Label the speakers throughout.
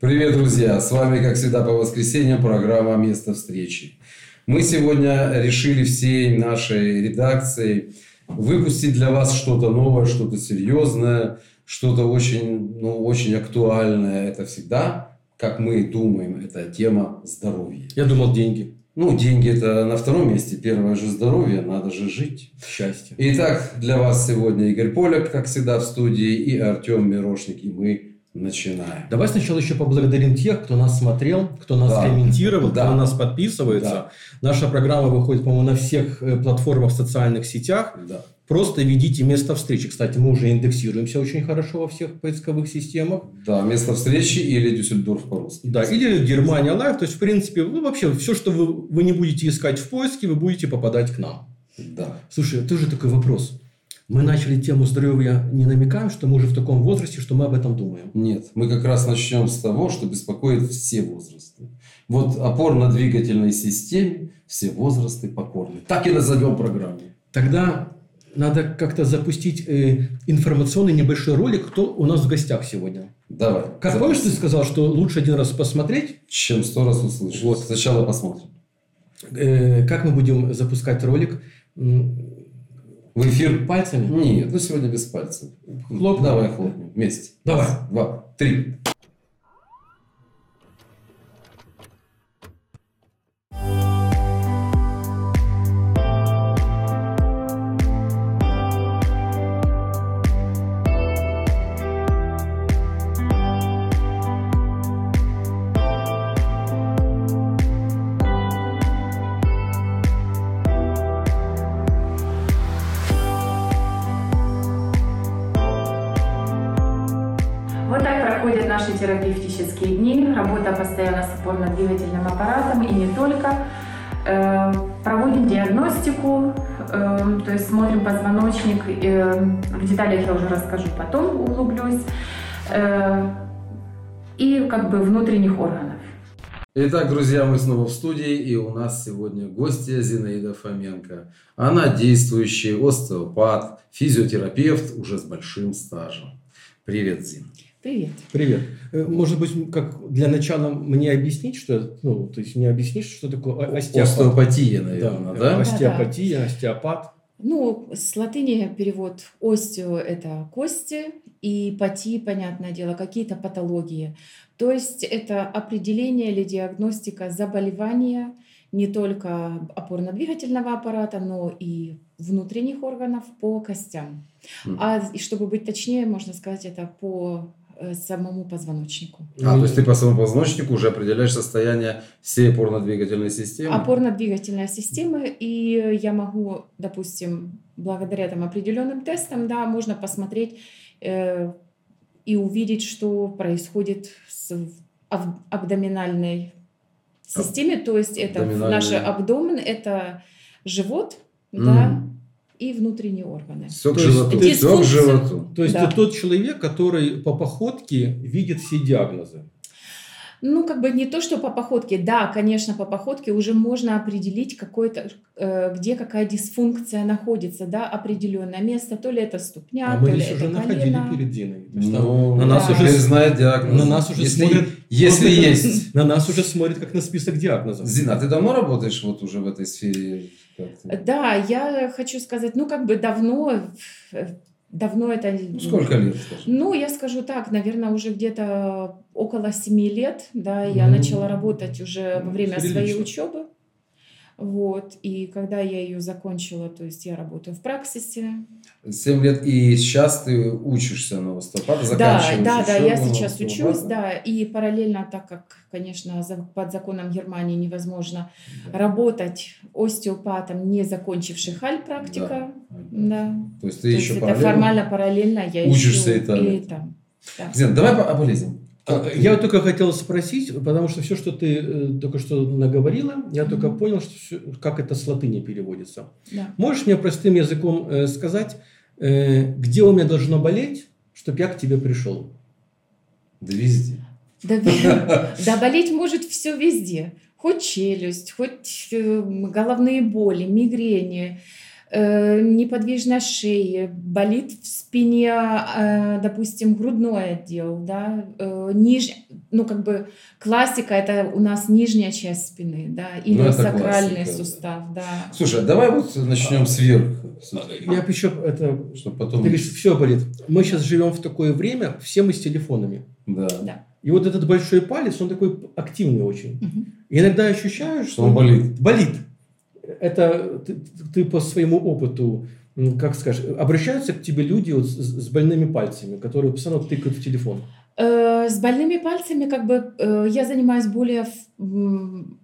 Speaker 1: Привет, друзья! С вами, как всегда, по воскресеньям программа «Место встречи». Мы сегодня решили всей нашей редакции выпустить для вас что-то новое, что-то серьезное, что-то очень, ну, очень актуальное. Это всегда, как мы думаем, это тема здоровья.
Speaker 2: Я думал, деньги.
Speaker 1: Ну, деньги это на втором месте. Первое же здоровье, надо же жить.
Speaker 2: Счастье.
Speaker 1: Итак, для вас сегодня Игорь Поляк, как всегда, в студии, и Артем Мирошник, и мы начинаем.
Speaker 2: Давай сначала еще поблагодарим тех, кто нас смотрел, кто нас
Speaker 1: Да.
Speaker 2: комментировал,
Speaker 1: Да.
Speaker 2: кто на нас подписывается.
Speaker 1: Да.
Speaker 2: Наша программа выходит, по-моему, на всех э, платформах в социальных сетях.
Speaker 1: Да.
Speaker 2: Просто ведите место встречи. Кстати, мы уже индексируемся очень хорошо во всех поисковых системах.
Speaker 1: Да, место встречи или Дюссельдорф по-русски.
Speaker 2: Да, или Германия Лайв. То есть, в принципе, ну, вообще все, что вы, вы не будете искать в поиске, вы будете попадать к нам.
Speaker 1: Да.
Speaker 2: Слушай, тоже такой вопрос. Мы начали тему здоровья, не намекаем, что мы уже в таком возрасте, что мы об этом думаем.
Speaker 1: Нет, мы как раз начнем с того, что беспокоит все возрасты. Вот опорно-двигательной системе все возрасты покорны. Так и назовем программу.
Speaker 2: Тогда надо как-то запустить э, информационный небольшой ролик, кто у нас в гостях сегодня.
Speaker 1: Давай.
Speaker 2: Как помнишь, ты сказал, что лучше один раз посмотреть,
Speaker 1: Чем сто раз услышишь.
Speaker 2: Вот.
Speaker 1: Сначала посмотрим.
Speaker 2: э, как мы будем запускать ролик М,
Speaker 1: В эфир?
Speaker 2: пальцами?
Speaker 1: Нет, ну сегодня без пальцев.
Speaker 2: Хлоп.
Speaker 1: Давай хлопнем вместе.
Speaker 2: Давай.
Speaker 1: Раз, два, три.
Speaker 3: Вот так проходят наши терапевтические дни. Работа постоянно с опорно-двигательным аппаратом и не только. Э, Проводим диагностику, э, то есть смотрим позвоночник. э, В деталях я уже расскажу потом, углублюсь. Э, И как бы внутренних органов.
Speaker 1: Итак, друзья, мы снова в студии, и у нас сегодня гостья Зинаида Фоменко. Она действующий остеопат, физиотерапевт уже с большим стажем. Привет, Зин.
Speaker 4: Привет.
Speaker 2: Привет. Э, Может быть, как для начала мне объяснить, что, ну, то есть не объяснишь, что такое о- остеопат?
Speaker 1: Остеопатия,
Speaker 2: Да,
Speaker 1: наверное,
Speaker 2: э,
Speaker 1: да?
Speaker 2: остеопатия, остеопат.
Speaker 4: Ну, с латыни перевод остео – это кости, и пати, понятное дело, какие-то патологии. То есть это определение или диагностика заболевания не только опорно-двигательного аппарата, но и внутренних органов по костям.
Speaker 1: Мгм.
Speaker 4: А и чтобы быть точнее, можно сказать, это по э, самому позвоночнику.
Speaker 1: А, то есть ты по своему позвоночнику уже определяешь состояние всей опорно-двигательной
Speaker 4: А
Speaker 1: системы?
Speaker 4: опорно-двигательная система, и я могу, допустим, благодаря там определенным тестам, да, можно посмотреть э, и увидеть, что происходит с в- ав- абдоминальной системе, то есть это в- наш
Speaker 1: Абдоминальная.
Speaker 4: абдомен, это живот,
Speaker 1: М.
Speaker 4: да, и внутренние органы.
Speaker 1: Все к
Speaker 2: То есть
Speaker 1: животу.
Speaker 4: ты-
Speaker 1: Все к
Speaker 4: дисфункция-
Speaker 1: животу.
Speaker 2: То есть
Speaker 4: Да.
Speaker 2: это тот человек, который по походке видит все диагнозы.
Speaker 4: Ну, как бы не то, что по походке. Да, конечно, по походке уже можно определить какой-то, э, где какая дисфункция находится, да, определенное место. То ли это ступня,
Speaker 2: А
Speaker 4: то
Speaker 2: мы
Speaker 4: ли
Speaker 2: здесь уже
Speaker 4: это
Speaker 2: находили
Speaker 4: колено.
Speaker 2: перед Диной. То есть там
Speaker 1: Ну,
Speaker 2: на нас
Speaker 4: да.
Speaker 2: уже
Speaker 1: теперь
Speaker 2: с-
Speaker 1: знает диагноз.
Speaker 2: на нас уже
Speaker 1: если,
Speaker 2: смотрят.
Speaker 1: Если
Speaker 2: просто-
Speaker 1: есть.
Speaker 2: На нас уже смотрят как на список диагнозов.
Speaker 1: Зина, а ты давно работаешь вот уже в этой сфере? Как ты?
Speaker 4: Да, я хочу сказать, ну, как бы давно, э, давно это...
Speaker 1: Ну, сколько лет, скажем?
Speaker 4: Ну, я скажу так, наверное, уже где-то около семи лет, да, я
Speaker 2: Ну,
Speaker 4: начала работать уже во
Speaker 2: ну,
Speaker 4: время
Speaker 2: прилично.
Speaker 4: своей учебы. Вот, и когда я ее закончила, то есть я работаю в праксисе.
Speaker 1: Семь лет, и сейчас ты учишься на остеопата,
Speaker 4: Да,
Speaker 1: заканчиваешь
Speaker 4: да, да, я
Speaker 1: учебу на
Speaker 4: сейчас
Speaker 1: остеопата.
Speaker 4: учусь, да, и параллельно, так как, конечно, за- под законом Германии невозможно работать остеопатом, не закончивший халь практика, да.
Speaker 1: То есть ты
Speaker 4: То
Speaker 1: еще
Speaker 4: есть это
Speaker 1: параллельно-
Speaker 4: формально параллельно я
Speaker 1: учишься
Speaker 4: еще
Speaker 1: и там.
Speaker 4: и там. да.
Speaker 1: Зина, давай по- о болезни.
Speaker 2: А,
Speaker 1: Как ты-
Speaker 2: Я вот только хотел спросить, потому что все, что ты э, только что наговорила, я только
Speaker 4: Мгм.
Speaker 2: понял, что всё- как это с латыни переводится.
Speaker 4: Да.
Speaker 2: Можешь мне простым языком э, сказать, э, где у меня должно болеть, чтобы я к тебе пришел?
Speaker 1: Да везде.
Speaker 4: Да, бе- да болеть может все везде. Хоть челюсть, хоть э, головные боли, мигрени, э, э, неподвижность шеи, болит в спине, э, допустим, грудной отдел, да, э, ниж, ну как бы классика это у нас нижняя часть спины, да, или
Speaker 1: Ну, это
Speaker 4: сакральный
Speaker 1: классика, да.
Speaker 4: сустав, да.
Speaker 1: Слушай, а давай вот начнем сверху,
Speaker 2: Я бы еще это...
Speaker 1: чтобы
Speaker 2: Ты
Speaker 1: потом...
Speaker 2: говоришь, все болит. Мы сейчас живем в такое время, все мы с телефонами.
Speaker 1: Да.
Speaker 4: Да.
Speaker 2: И вот этот большой палец, он такой активный очень.
Speaker 4: Мгм.
Speaker 2: И иногда ощущаю, что
Speaker 1: Что он болит.
Speaker 2: болит. Это ты, ты по своему опыту, м, как скажешь, обращаются к тебе люди вот с, с больными пальцами, которые постоянно тыкают в телефон.
Speaker 4: Э, С больными пальцами как бы э, я занимаюсь более в- м,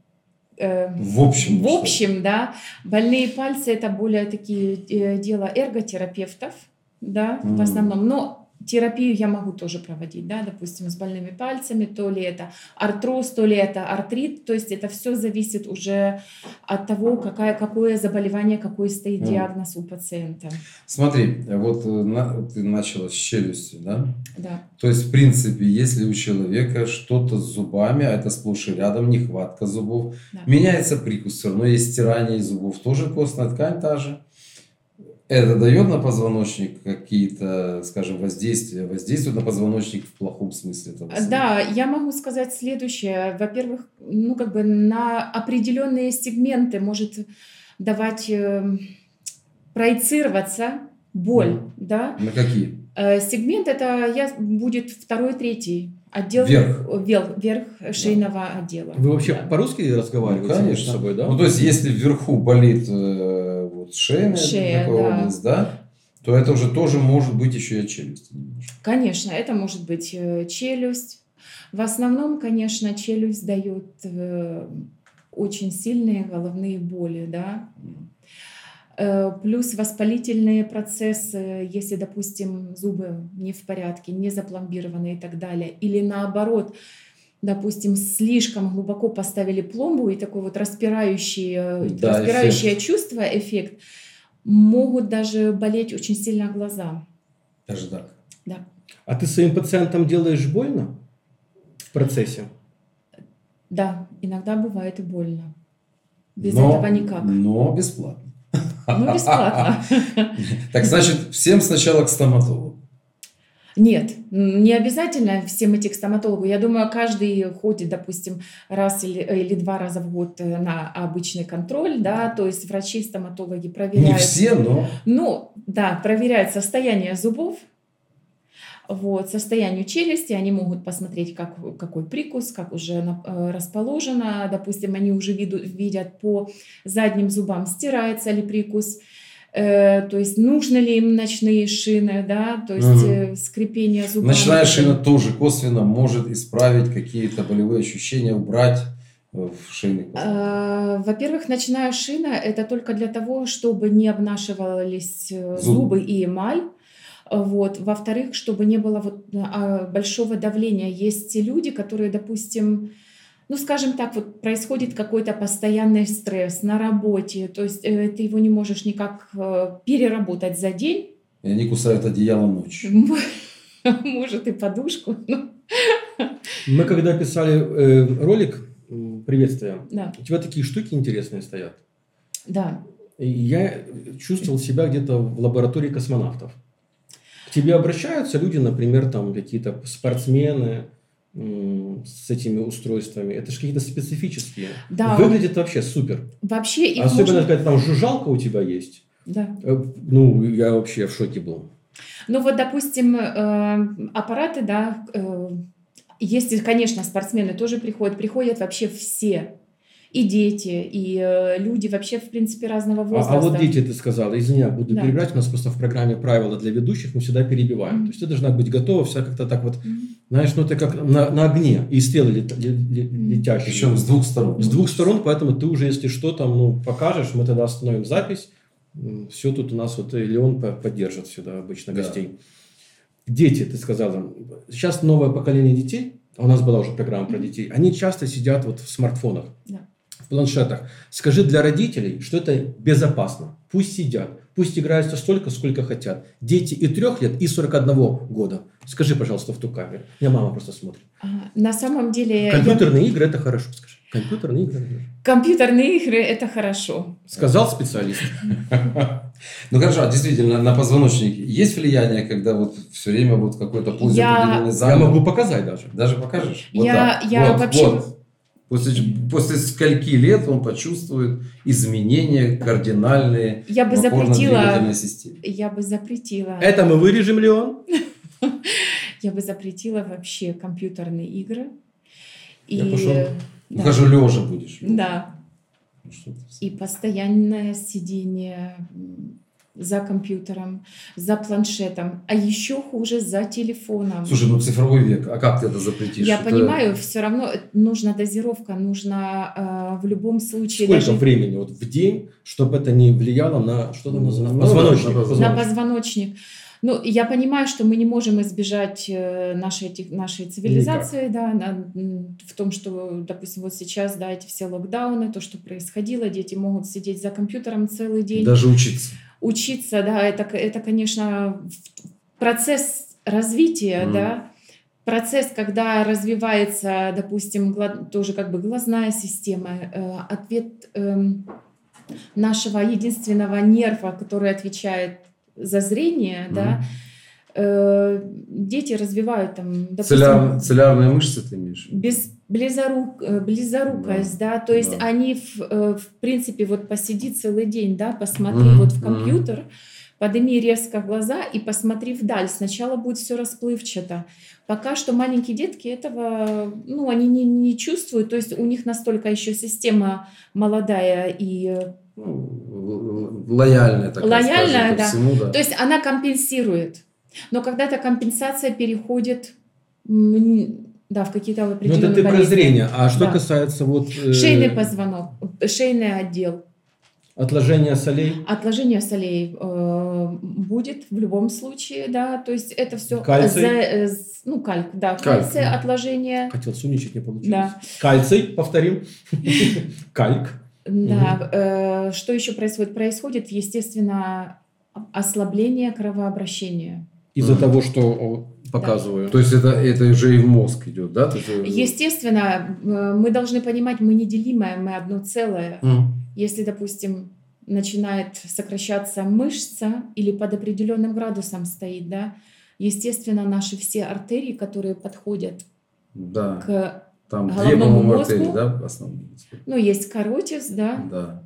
Speaker 4: э,
Speaker 1: В общем.
Speaker 4: В
Speaker 1: что ли?
Speaker 4: общем, да, больные пальцы это более такие э, дела эрготерапевтов, да,
Speaker 1: Мгм.
Speaker 4: в основном. Но терапию я могу тоже проводить, да, допустим, с больными пальцами, то ли это артроз, то ли это артрит, то есть это все зависит уже от того, какая, какое заболевание, какой стоит
Speaker 1: Мгм.
Speaker 4: диагноз у пациента.
Speaker 1: Смотри, вот э, на- ты начала с челюсти, да?
Speaker 4: Да.
Speaker 1: То есть, в принципе, если у человека что-то с зубами, а это сплошь и рядом, нехватка зубов,
Speaker 4: Да.
Speaker 1: меняется прикус, все равно есть стирание зубов, тоже костная ткань та же. Это дает на позвоночник какие-то, скажем, воздействия, воздействует на позвоночник в плохом смысле этого слова.
Speaker 4: А, Да, я могу сказать следующее. Во-первых, ну как бы на определенные сегменты может давать эм, проецироваться боль,
Speaker 1: Мгм.
Speaker 4: да.
Speaker 1: На какие?
Speaker 4: Э, сегмент это я будет второй, третий отдел
Speaker 1: Вверх.
Speaker 4: э, вел- верх шейного отдела.
Speaker 2: Вы вообще
Speaker 4: Да.
Speaker 2: по-русски разговариваете
Speaker 1: Ну,
Speaker 2: между
Speaker 1: конечно.
Speaker 2: собой, да?
Speaker 1: Ну, то есть, если вверху болит э, вот шея, такая
Speaker 4: Шея, да.
Speaker 1: область, да, то это уже тоже может быть еще и от челюсти немножко.
Speaker 4: Конечно, это может быть э, челюсть. В основном, конечно, челюсть дает э, очень сильные головные боли, да, Э, Плюс воспалительные процессы, если, допустим, зубы не в порядке, не запломбированы и так далее. Или наоборот, допустим, слишком глубоко поставили пломбу и такое вот распирающее,
Speaker 1: Да,
Speaker 4: распирающее чувство, эффект, могут даже болеть очень сильно глаза.
Speaker 1: Даже так.
Speaker 2: А ты своим пациентам делаешь больно в процессе?
Speaker 4: Да, иногда бывает и больно. Без
Speaker 1: Но-
Speaker 4: этого никак.
Speaker 1: Но бесплатно.
Speaker 4: Ну, бесплатно.
Speaker 1: Так значит, всем сначала к стоматологу.
Speaker 4: Нет, м, не обязательно всем идти к стоматологу. Я думаю, каждый ходит, допустим, раз или, э, или два раза в год э, на обычный контроль, да, то есть врачи, стоматологи проверяют.
Speaker 1: Не все, но
Speaker 4: Ну, да, проверяют состояние зубов, вот, состоянию челюсти, они могут посмотреть, как, какой прикус, как уже на- э, расположено, допустим, они уже виду- видят по задним зубам, стирается ли прикус, э, то есть нужны ли им ночные шины, да, то есть э, скрепение зубов.
Speaker 1: ночная шина тоже косвенно может исправить какие-то болевые ощущения, убрать э, в шейных позвонках.
Speaker 4: Э, Во-первых, ночная шина это только для того, чтобы не обнашивались э,
Speaker 1: Зубы.
Speaker 4: зубы и эмаль. Вот. Во-вторых, чтобы не было вот а, большого давления. Есть те люди, которые, допустим, ну, скажем так, вот происходит какой-то постоянный стресс на работе, то есть э, ты его не можешь никак э, переработать за день,
Speaker 1: И они кусают одеяло ночью.
Speaker 4: может и подушку, ну,
Speaker 2: Мы когда писали э, ролик м, «Приветствие»,
Speaker 4: да,
Speaker 2: у тебя такие штуки интересные стоят.
Speaker 4: да.
Speaker 2: И я чувствовал себя где-то в лаборатории космонавтов. К тебе обращаются люди, например, там какие-то спортсмены м, с этими устройствами. Это же какие-то специфические.
Speaker 4: Да.
Speaker 2: Выглядит вообще супер.
Speaker 4: Вообще их
Speaker 2: Особенно,
Speaker 4: можно-
Speaker 2: когда там жужжалка у тебя есть.
Speaker 4: Да.
Speaker 2: Э, Ну, я вообще в шоке был.
Speaker 4: Ну вот, допустим, э, аппараты, да, э, есть, и, конечно, спортсмены тоже приходят, приходят вообще все. И дети, и э, люди вообще, в принципе, разного
Speaker 2: А-
Speaker 4: возраста.
Speaker 2: А, вот дети, ты сказала, извини, я буду
Speaker 4: Да.
Speaker 2: перебирать. У нас просто в программе правила для ведущих мы всегда перебиваем.
Speaker 4: Мгм.
Speaker 2: То есть ты должна быть готова вся как-то так вот,
Speaker 4: Мгм.
Speaker 2: знаешь, ну ты как на, на огне. И стрелы лет- ле- ле-
Speaker 4: Мгм.
Speaker 2: летящие.
Speaker 1: Причем с двух сторон.
Speaker 2: С двух сторон, поэтому ты уже, если что, там, ну, покажешь, мы тогда остановим запись. Все тут у нас вот, и Леон по- поддержит сюда обычно
Speaker 1: Да.
Speaker 2: гостей. Дети, ты сказала, сейчас новое поколение детей, а у нас была уже программа про
Speaker 4: Мгм.
Speaker 2: детей, они часто сидят вот в смартфонах,
Speaker 4: Да.
Speaker 2: в планшетах. Скажи для родителей, что это безопасно. Пусть сидят, пусть играются столько, сколько хотят. Дети и трех лет, и 41 года. Скажи, пожалуйста, в ту камеру. Я мама просто смотрит.
Speaker 4: А, на самом деле... Э, я-
Speaker 2: Компьютерные игры – это хорошо, скажи. Компьютерные игры – это хорошо.
Speaker 4: Компьютерные игры – это хорошо.
Speaker 2: Сказал специалист.
Speaker 1: Ну хорошо, действительно, на позвоночник есть влияние, когда вот все время вот какой-то пульс
Speaker 4: Я-
Speaker 1: определенный
Speaker 2: Я
Speaker 1: замер?
Speaker 2: могу показать даже.
Speaker 1: Даже покажешь?
Speaker 4: Я-
Speaker 1: так.
Speaker 4: я
Speaker 1: Вот,
Speaker 4: вообще-
Speaker 1: вот. После, после скольки лет он почувствует изменения кардинальные
Speaker 4: Я бы
Speaker 2: Ну,
Speaker 1: в опорно-двигательной
Speaker 4: запретила...
Speaker 1: системе?
Speaker 4: Я бы запретила...
Speaker 2: Это мы вырежем, Леон.
Speaker 4: Я бы запретила вообще компьютерные игры. И...
Speaker 2: Я пошел.
Speaker 4: э,
Speaker 1: Ну,
Speaker 4: Да.
Speaker 1: Хожу лежа будешь.
Speaker 4: да.
Speaker 1: Ну, что ты.
Speaker 4: И постоянное сидение м, за компьютером, за планшетом, а еще хуже за телефоном.
Speaker 1: Слушай, ну цифровой век, а как ты это запретишь?
Speaker 4: Я
Speaker 1: Это-
Speaker 4: понимаю, все равно э, нужна дозировка, нужно э, в любом случае
Speaker 2: Сколько
Speaker 4: даже
Speaker 2: времени вот в день, чтобы это не влияло на что там
Speaker 1: Ну,
Speaker 2: на
Speaker 1: на
Speaker 2: позвоночник?
Speaker 1: позвоночник.
Speaker 4: на позвоночник. Ну, я понимаю, что мы не можем избежать э, нашей, тех- нашей цивилизации, да, на- м, в том, что, допустим, вот сейчас, да, эти все локдауны, то, что происходило, дети могут сидеть за компьютером целый день.
Speaker 1: Даже учиться.
Speaker 4: учиться, да, это, к- это конечно, в- процесс развития,
Speaker 1: Мгм.
Speaker 4: да, процесс, когда развивается, допустим, гла- тоже как бы глазная система, э, ответ эм, нашего единственного нерва, который отвечает за зрение, да, э, дети развивают там, допустим,
Speaker 1: Целяр- Целлярные мышцы ты имеешь? в виду?
Speaker 4: без близорук, э, близорукость, да, то есть
Speaker 1: Да.
Speaker 4: они, в, э, в принципе, вот посиди целый день, да, посмотри
Speaker 1: Мгм,
Speaker 4: вот в
Speaker 1: мгм.
Speaker 4: компьютер, подними резко глаза и посмотри вдаль. Сначала будет все расплывчато. Пока что маленькие детки этого, ну, они не, не чувствуют, то есть у них настолько еще система молодая и... э,
Speaker 1: Ну, л- л- лояльная такая,
Speaker 4: Лояльная,
Speaker 1: скажем, ко
Speaker 4: да.
Speaker 1: всему, да.
Speaker 4: То есть она компенсирует. Но когда-то компенсация переходит м, н- да, в какие-то
Speaker 2: Ну,
Speaker 4: определенные
Speaker 2: это ты про
Speaker 4: болезни.
Speaker 2: зрение. А что
Speaker 4: Да.
Speaker 2: касается вот э,
Speaker 4: Шейный позвонок, э, шейный отдел.
Speaker 2: отложения солей,
Speaker 4: Отложение солей э, будет в любом случае, да, то есть это все...
Speaker 2: Кальций?
Speaker 4: ну, кальк, да,
Speaker 1: Кальк,
Speaker 4: кальций,
Speaker 1: да.
Speaker 4: отложение,
Speaker 2: хотел сумничать, не получилось.
Speaker 4: Да.
Speaker 2: Кальций, повторим. Кальк.
Speaker 4: да. э, что еще происходит? Происходит, естественно, ослабление кровообращения.
Speaker 2: Из-за
Speaker 1: Мгм.
Speaker 2: того, что о, показываю.
Speaker 1: То есть это, это уже и в мозг идет, да? То есть, э,
Speaker 4: Естественно, э, мы должны понимать, мы неделимое, мы одно целое.
Speaker 1: Мгм.
Speaker 4: Если, допустим, начинает сокращаться мышца или под определенным градусом стоит, да, естественно, наши все артерии, которые подходят
Speaker 1: Да.
Speaker 4: к
Speaker 1: Там две,
Speaker 4: головному
Speaker 1: по-моему,
Speaker 4: мозгу.
Speaker 1: артерии, да, основные?
Speaker 4: Ну, есть каротис, да,
Speaker 1: Да.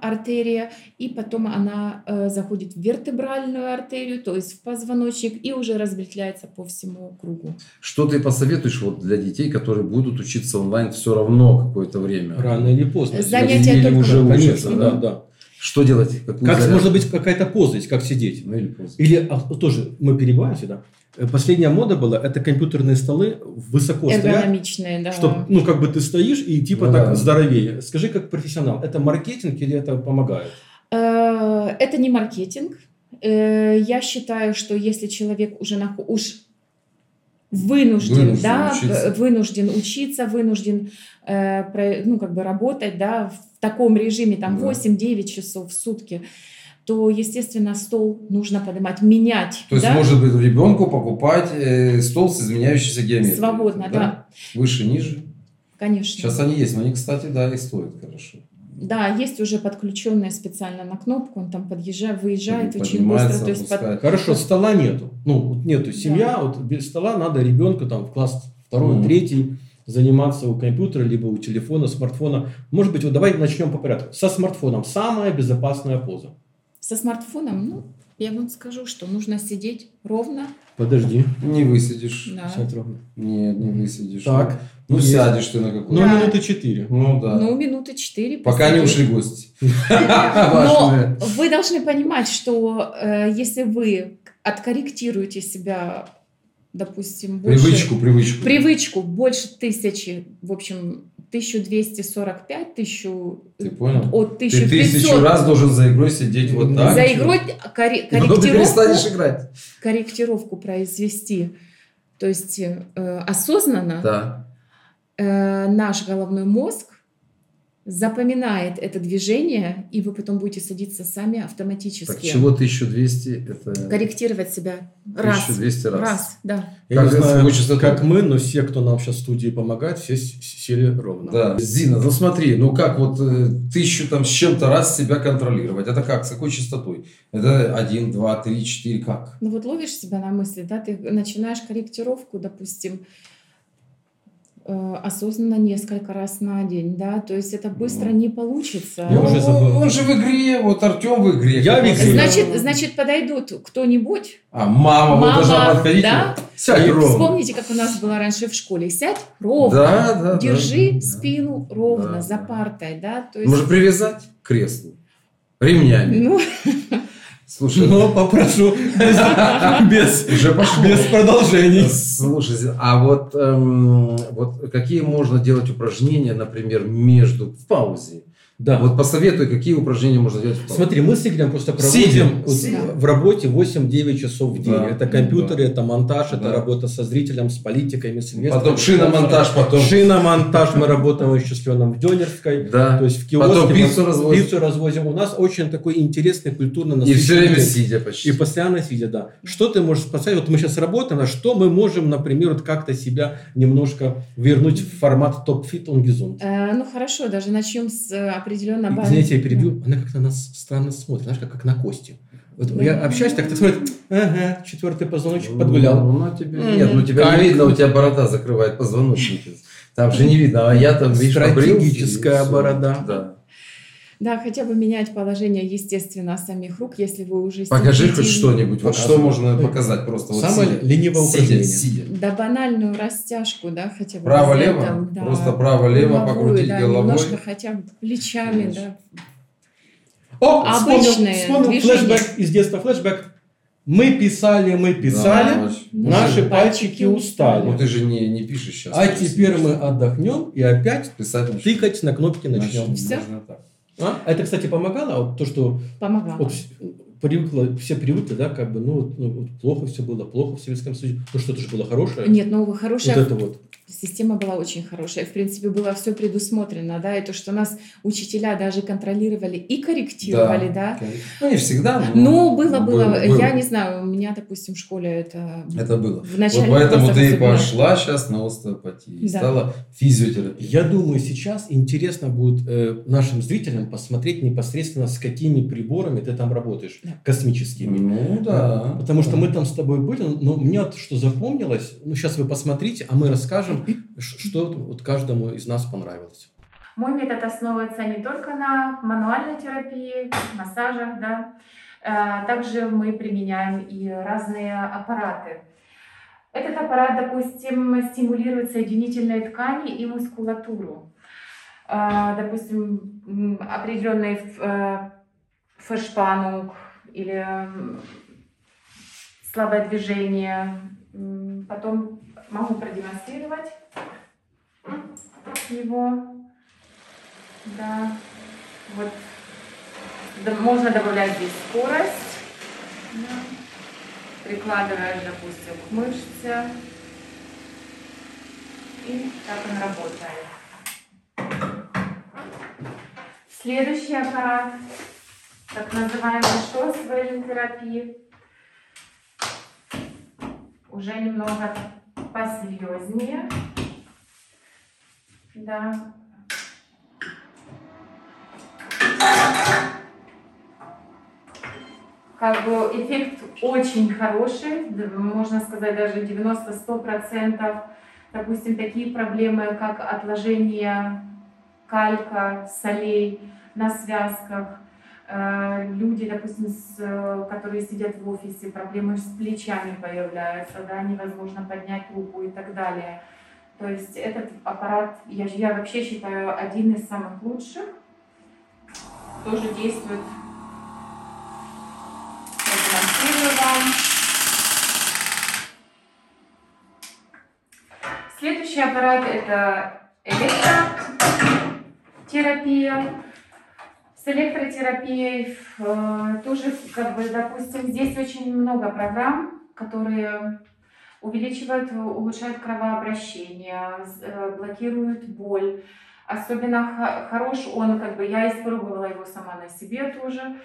Speaker 4: артерия, и потом она э, заходит в вертебральную артерию, то есть в позвоночник, и уже разветвляется по всему кругу.
Speaker 1: Что ты посоветуешь вот для детей, которые будут учиться онлайн все равно какое-то время?
Speaker 2: Рано или поздно.
Speaker 4: Занятия
Speaker 2: Или
Speaker 4: только-
Speaker 2: уже
Speaker 1: Конечно,
Speaker 2: учатся, да,
Speaker 1: да.
Speaker 2: да.
Speaker 1: Что делать? Какую
Speaker 2: Как
Speaker 1: зарядку?
Speaker 2: может быть какая-то поза, есть, как сидеть?
Speaker 1: Ну или поздно.
Speaker 2: Или а, тоже мы перебиваем сюда. Э, Последняя мода была, это компьютерные столы высоко стоят,
Speaker 4: Эргономичные, да.
Speaker 2: чтоб, ну как бы ты стоишь и типа
Speaker 1: Ну
Speaker 2: так
Speaker 1: да.
Speaker 2: здоровее. Скажи как профессионал, это маркетинг или это помогает?
Speaker 4: Э, это не маркетинг. Э, я считаю, что если человек уже нах- уж вынужден,
Speaker 1: Вынужден
Speaker 4: да,
Speaker 1: учиться.
Speaker 4: э, вынужден учиться, вынужден э, про- ну, как бы работать, да, в таком режиме, там,
Speaker 1: Да.
Speaker 4: 8-9 часов в сутки, то, естественно, стол нужно поднимать, менять,
Speaker 1: То есть,
Speaker 4: да,
Speaker 1: может быть, ребенку покупать э, стол с изменяющейся геометрией.
Speaker 4: свободно, да,
Speaker 1: Выше, ниже.
Speaker 4: конечно.
Speaker 1: Сейчас они есть, но они, кстати, да, и стоят хорошо.
Speaker 4: Да, есть уже подключенная специально на кнопку, он там подъезжает, выезжает очень
Speaker 1: Поднимается,
Speaker 4: быстро, то есть под-
Speaker 1: опускает.
Speaker 2: Хорошо, стола нету. Ну, вот нету семья, вот без стола надо ребенку там в класс второй,
Speaker 1: Мгм.
Speaker 2: третий заниматься у компьютера, либо у телефона, смартфона. Может быть, вот давай начнем по порядку. Со смартфоном самая безопасная поза.
Speaker 4: со смартфоном, ну, я вам скажу, что нужно сидеть ровно.
Speaker 2: Подожди.
Speaker 1: Не высидишь.
Speaker 4: да.
Speaker 2: Сядь ровно.
Speaker 1: Нет, не высидишь.
Speaker 2: Так.
Speaker 1: Ну,
Speaker 2: Есть.
Speaker 1: сядешь ты на
Speaker 2: Ну,
Speaker 1: какой-то.
Speaker 4: Да.
Speaker 2: минуты четыре.
Speaker 1: Ну, да.
Speaker 4: Ну, минуты четыре.
Speaker 1: Пока не
Speaker 4: посидеть.
Speaker 1: ушли гости.
Speaker 4: Но
Speaker 1: Важные.
Speaker 4: вы должны понимать, что э, если вы к- откорректируете себя, допустим, больше...
Speaker 1: Привычку, привычку.
Speaker 4: Привычку больше тысячи, в общем, 1245, тысячу...
Speaker 1: Ты понял?
Speaker 4: От
Speaker 1: Ты
Speaker 4: 1500
Speaker 1: тысячу раз должен за игрой сидеть вот так.
Speaker 4: за игрой корре-
Speaker 1: И потом ты перестанешь
Speaker 4: корректировку,
Speaker 1: играть.
Speaker 4: корректировку произвести. То есть э, осознанно
Speaker 1: Да.
Speaker 4: э, наш головной мозг запоминает это движение, и вы потом будете садиться сами автоматически.
Speaker 1: Так чего 1200? Это
Speaker 4: Корректировать себя раз.
Speaker 1: 1200 раз.
Speaker 4: Раз, да.
Speaker 2: Я
Speaker 1: Как
Speaker 2: не
Speaker 1: это
Speaker 2: знаю,
Speaker 1: хочется
Speaker 2: как
Speaker 1: так.
Speaker 2: мы, но все, кто нам сейчас в студии помогает, все с- сели ровно.
Speaker 1: Да. Зина, ну смотри, ну как вот э, тысячу там с чем-то раз себя контролировать? Это как? С какой частотой? Это 1, 2, 3, 4, как?
Speaker 4: Ну вот ловишь себя на мысли, да, ты начинаешь корректировку, допустим, э, осознанно несколько раз на день, да, то есть это быстро не получится.
Speaker 2: Я
Speaker 1: Ну,
Speaker 2: уже забыл.
Speaker 1: Он же в игре, вот Артем в игре.
Speaker 2: Я
Speaker 1: Как
Speaker 2: в
Speaker 1: он-
Speaker 2: игре.
Speaker 4: Значит, значит, подойдут кто-нибудь,
Speaker 1: А мама, вот
Speaker 4: Мама,
Speaker 1: должна подходить.
Speaker 4: да?
Speaker 1: Сядь
Speaker 2: И
Speaker 1: ровно.
Speaker 4: вспомните, как у нас было раньше в школе, сядь ровно,
Speaker 1: Да, да, да.
Speaker 4: держи
Speaker 1: Да.
Speaker 4: спину ровно,
Speaker 1: Да,
Speaker 4: за
Speaker 1: да.
Speaker 4: партой, да, то есть...
Speaker 1: Может привязать к креслу? Ремнями.
Speaker 4: Ну,
Speaker 1: Слушай, ну,
Speaker 2: Но попрошу Ну, без,
Speaker 1: уже пошло.
Speaker 2: без продолжений.
Speaker 1: Слушай, Зин, а вот, эм, вот какие можно делать упражнения, например, между в паузе?
Speaker 2: Да.
Speaker 1: Вот посоветуй, какие упражнения можно делать в паузе.
Speaker 2: Смотри, мы с Игорем просто
Speaker 1: Сидя.
Speaker 2: проводим вот
Speaker 1: Сидя.
Speaker 2: в работе 8-9 часов в день.
Speaker 1: Да.
Speaker 2: Это компьютеры, это монтаж, это
Speaker 1: Да.
Speaker 2: работа со зрителем, с политиками, с инвесторами.
Speaker 1: потом шиномонтаж, потом...
Speaker 2: Шиномонтаж. Мы работаем еще с Леном в Дёнерской.
Speaker 1: Да.
Speaker 2: То есть в киоске
Speaker 1: Потом
Speaker 2: мы
Speaker 1: пиццу развозим.
Speaker 2: пиццу развозим. У нас очень такой интересный культурно
Speaker 1: И
Speaker 2: насыщенный
Speaker 1: все время
Speaker 2: день.
Speaker 1: сидя почти.
Speaker 2: И постоянно сидя, да. Что ты можешь поставить? Вот мы сейчас работаем, а что мы можем, например, вот как-то себя немножко вернуть в формат топ-фит он гизон?
Speaker 4: э, ну хорошо, даже начнем с э, определенно... базы.
Speaker 2: Извините, я перебью. Она как-то нас странно смотрит, знаешь, как, как на кости. Вот я общаюсь, так ты смотрит, ага, четвертый позвоночник подгулял.
Speaker 1: Ну, ну, тебе-
Speaker 4: Мгм.
Speaker 1: Нет, ну тебя
Speaker 2: Как?
Speaker 1: не видно, у тебя борода закрывает позвоночник. Там же не видно, а я там, видишь, побрился, и
Speaker 2: Стратегическая
Speaker 1: всё.
Speaker 2: борода.
Speaker 1: Да.
Speaker 4: Да, хотя бы менять положение, естественно, самих рук, если вы уже...
Speaker 1: Покажи хоть
Speaker 4: сидите.
Speaker 1: что-нибудь, вот что
Speaker 2: Показываю.
Speaker 1: можно показать просто вот
Speaker 2: Самое
Speaker 1: сидя.
Speaker 2: ленивое
Speaker 1: Сидя,
Speaker 2: упражнение.
Speaker 1: сидя.
Speaker 4: Да, банальную растяжку, да, хотя бы.
Speaker 1: Право-лево?
Speaker 4: без этого, да.
Speaker 1: Просто право-лево
Speaker 4: Головой,
Speaker 1: покрутить
Speaker 4: да,
Speaker 1: головой.
Speaker 4: Немножко хотя бы плечами, да.
Speaker 2: О, вспомнил,
Speaker 4: Обычные
Speaker 2: вспомнил
Speaker 4: движения.
Speaker 2: флешбэк из детства флешбэк. Мы писали, мы
Speaker 1: Да,
Speaker 2: писали,
Speaker 1: очень.
Speaker 2: наши
Speaker 4: Наши
Speaker 2: пальчики
Speaker 4: пальчики
Speaker 2: устали.
Speaker 1: Ну ты же не, не пишешь сейчас.
Speaker 2: а теперь мы отдохнем и опять
Speaker 1: писать начнем.
Speaker 2: тыкать на кнопки
Speaker 1: Начнем.
Speaker 2: начнем.
Speaker 4: Всё?
Speaker 1: Можно так.
Speaker 2: А? Это, кстати, помогало, вот то, что
Speaker 4: Помогало.
Speaker 2: вот вс- привыкла, все привыкли, да, как бы, ну, вот, ну, вот плохо все было, плохо в Советском Союзе, ну что-то же было хорошее.
Speaker 4: Нет, ну
Speaker 2: вот
Speaker 4: хорошая
Speaker 2: это вот.
Speaker 4: система была очень хорошая. В принципе, было все предусмотрено, да, и то, что нас учителя даже контролировали и корректировали, да.
Speaker 1: Ну не всегда. но-
Speaker 4: Ну, было, было,
Speaker 1: Было, было.
Speaker 4: Я не знаю, у меня, допустим, в школе это...
Speaker 1: Это было.
Speaker 4: В начале
Speaker 1: вот поэтому
Speaker 4: классов
Speaker 1: ты и
Speaker 4: особенно.
Speaker 1: пошла сейчас на остеопатию. И
Speaker 4: Да.
Speaker 1: стала физиотерапией.
Speaker 2: Я думаю, сейчас интересно будет э, нашим зрителям посмотреть непосредственно, с какими приборами ты там работаешь,
Speaker 4: Да.
Speaker 2: космическими.
Speaker 1: Ну да.
Speaker 2: Потому что мы там с тобой были, но мне вот что запомнилось, ну сейчас вы посмотрите, а мы расскажем, ш- что вот каждому из нас понравилось.
Speaker 3: Мой метод основывается не только на мануальной терапии, массажах, да. Э, Также мы применяем и разные аппараты. Этот аппарат, допустим, стимулирует соединительные ткани и мускулатуру. Э, Допустим, м, определенный ф- э, фэшпанг или м, слабое движение. М, Потом могу продемонстрировать его. Да. Вот. Да, можно добавлять здесь скорость. Да. Прикладываешь, допустим, к мышце. И так он работает. Следующий аппарат, так называемый шосвейль терапии, уже немного посерьезнее. Да, как бы эффект очень хороший, д- можно сказать даже 90-100%. Допустим, такие проблемы, как отложение калька, солей на связках, Э, люди, допустим, с, э, которые сидят в офисе, проблемы с плечами появляются, да, невозможно поднять руку и так далее. То есть этот аппарат, я, я вообще считаю, один из самых лучших, тоже действует продемонстрирую вам. Следующий аппарат это электротерапия. С электротерапией э, тоже, как бы, допустим, здесь очень много программ, которые увеличивают, улучшают кровообращение, с- э, блокируют боль,
Speaker 4: Особенно хо- хорош он, как бы я испробовала его сама на себе тоже.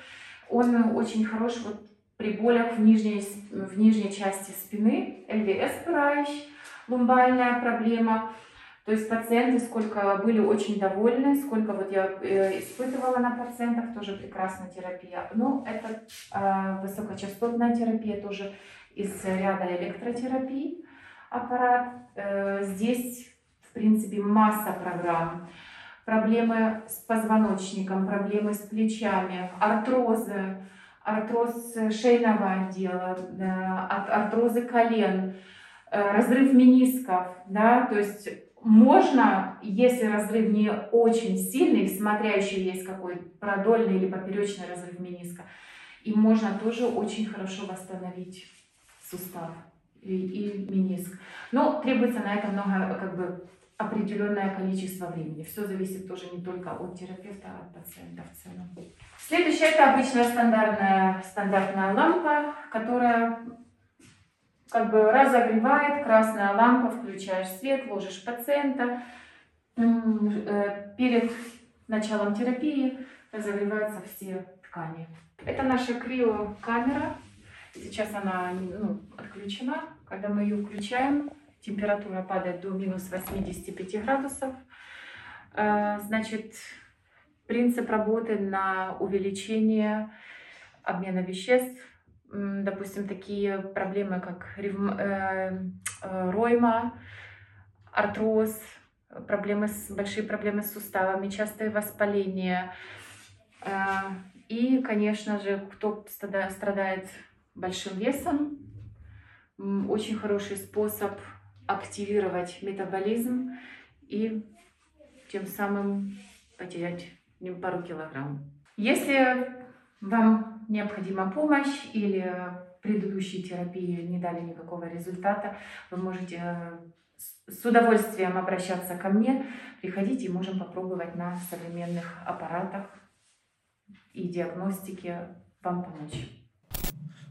Speaker 4: Он очень хорош вот при болях в нижней, с- в нижней части спины, ЛВС прайщ, лумбальная проблема. То есть пациенты сколько были очень довольны, сколько вот я э, испытывала на пациентах, тоже прекрасная терапия. Ну, это э, высокочастотная терапия тоже из ряда электротерапий аппарат. Э, здесь, в принципе, масса программ. Проблемы с позвоночником, проблемы с плечами, артрозы, артроз шейного отдела, э, ар- артрозы колен, э, разрыв менисков, да, то есть можно, если разрыв не очень сильный, смотря еще есть какой продольный или поперечный разрыв мениска, и можно тоже очень хорошо восстановить сустав и, и мениск. Но требуется на это много, как бы, определенное количество времени. Все зависит тоже не только от терапевта, а от пациента в целом. Следующая это обычная стандартная, стандартная лампа, которая как бы разогревает красная лампа, включаешь свет, ложишь пациента. М, э, Перед началом терапии разогреваются все ткани. Это наша криокамера. Сейчас она ну, отключена. Когда мы ее включаем, температура падает до минус 85 градусов. Э, Значит, принцип работы на увеличение обмена веществ, м, допустим, такие проблемы, как ревм- э, э, ройма, артроз, проблемы с, большие проблемы с суставами, частые воспаления. Э, И, конечно же, кто стада- страдает большим весом, м, очень хороший способ активировать метаболизм и тем самым потерять не пару килограмм. Если вам необходима помощь или предыдущие терапии не дали никакого результата, вы можете э, с с удовольствием обращаться ко мне. Приходите, можем попробовать на современных аппаратах и диагностике вам помочь.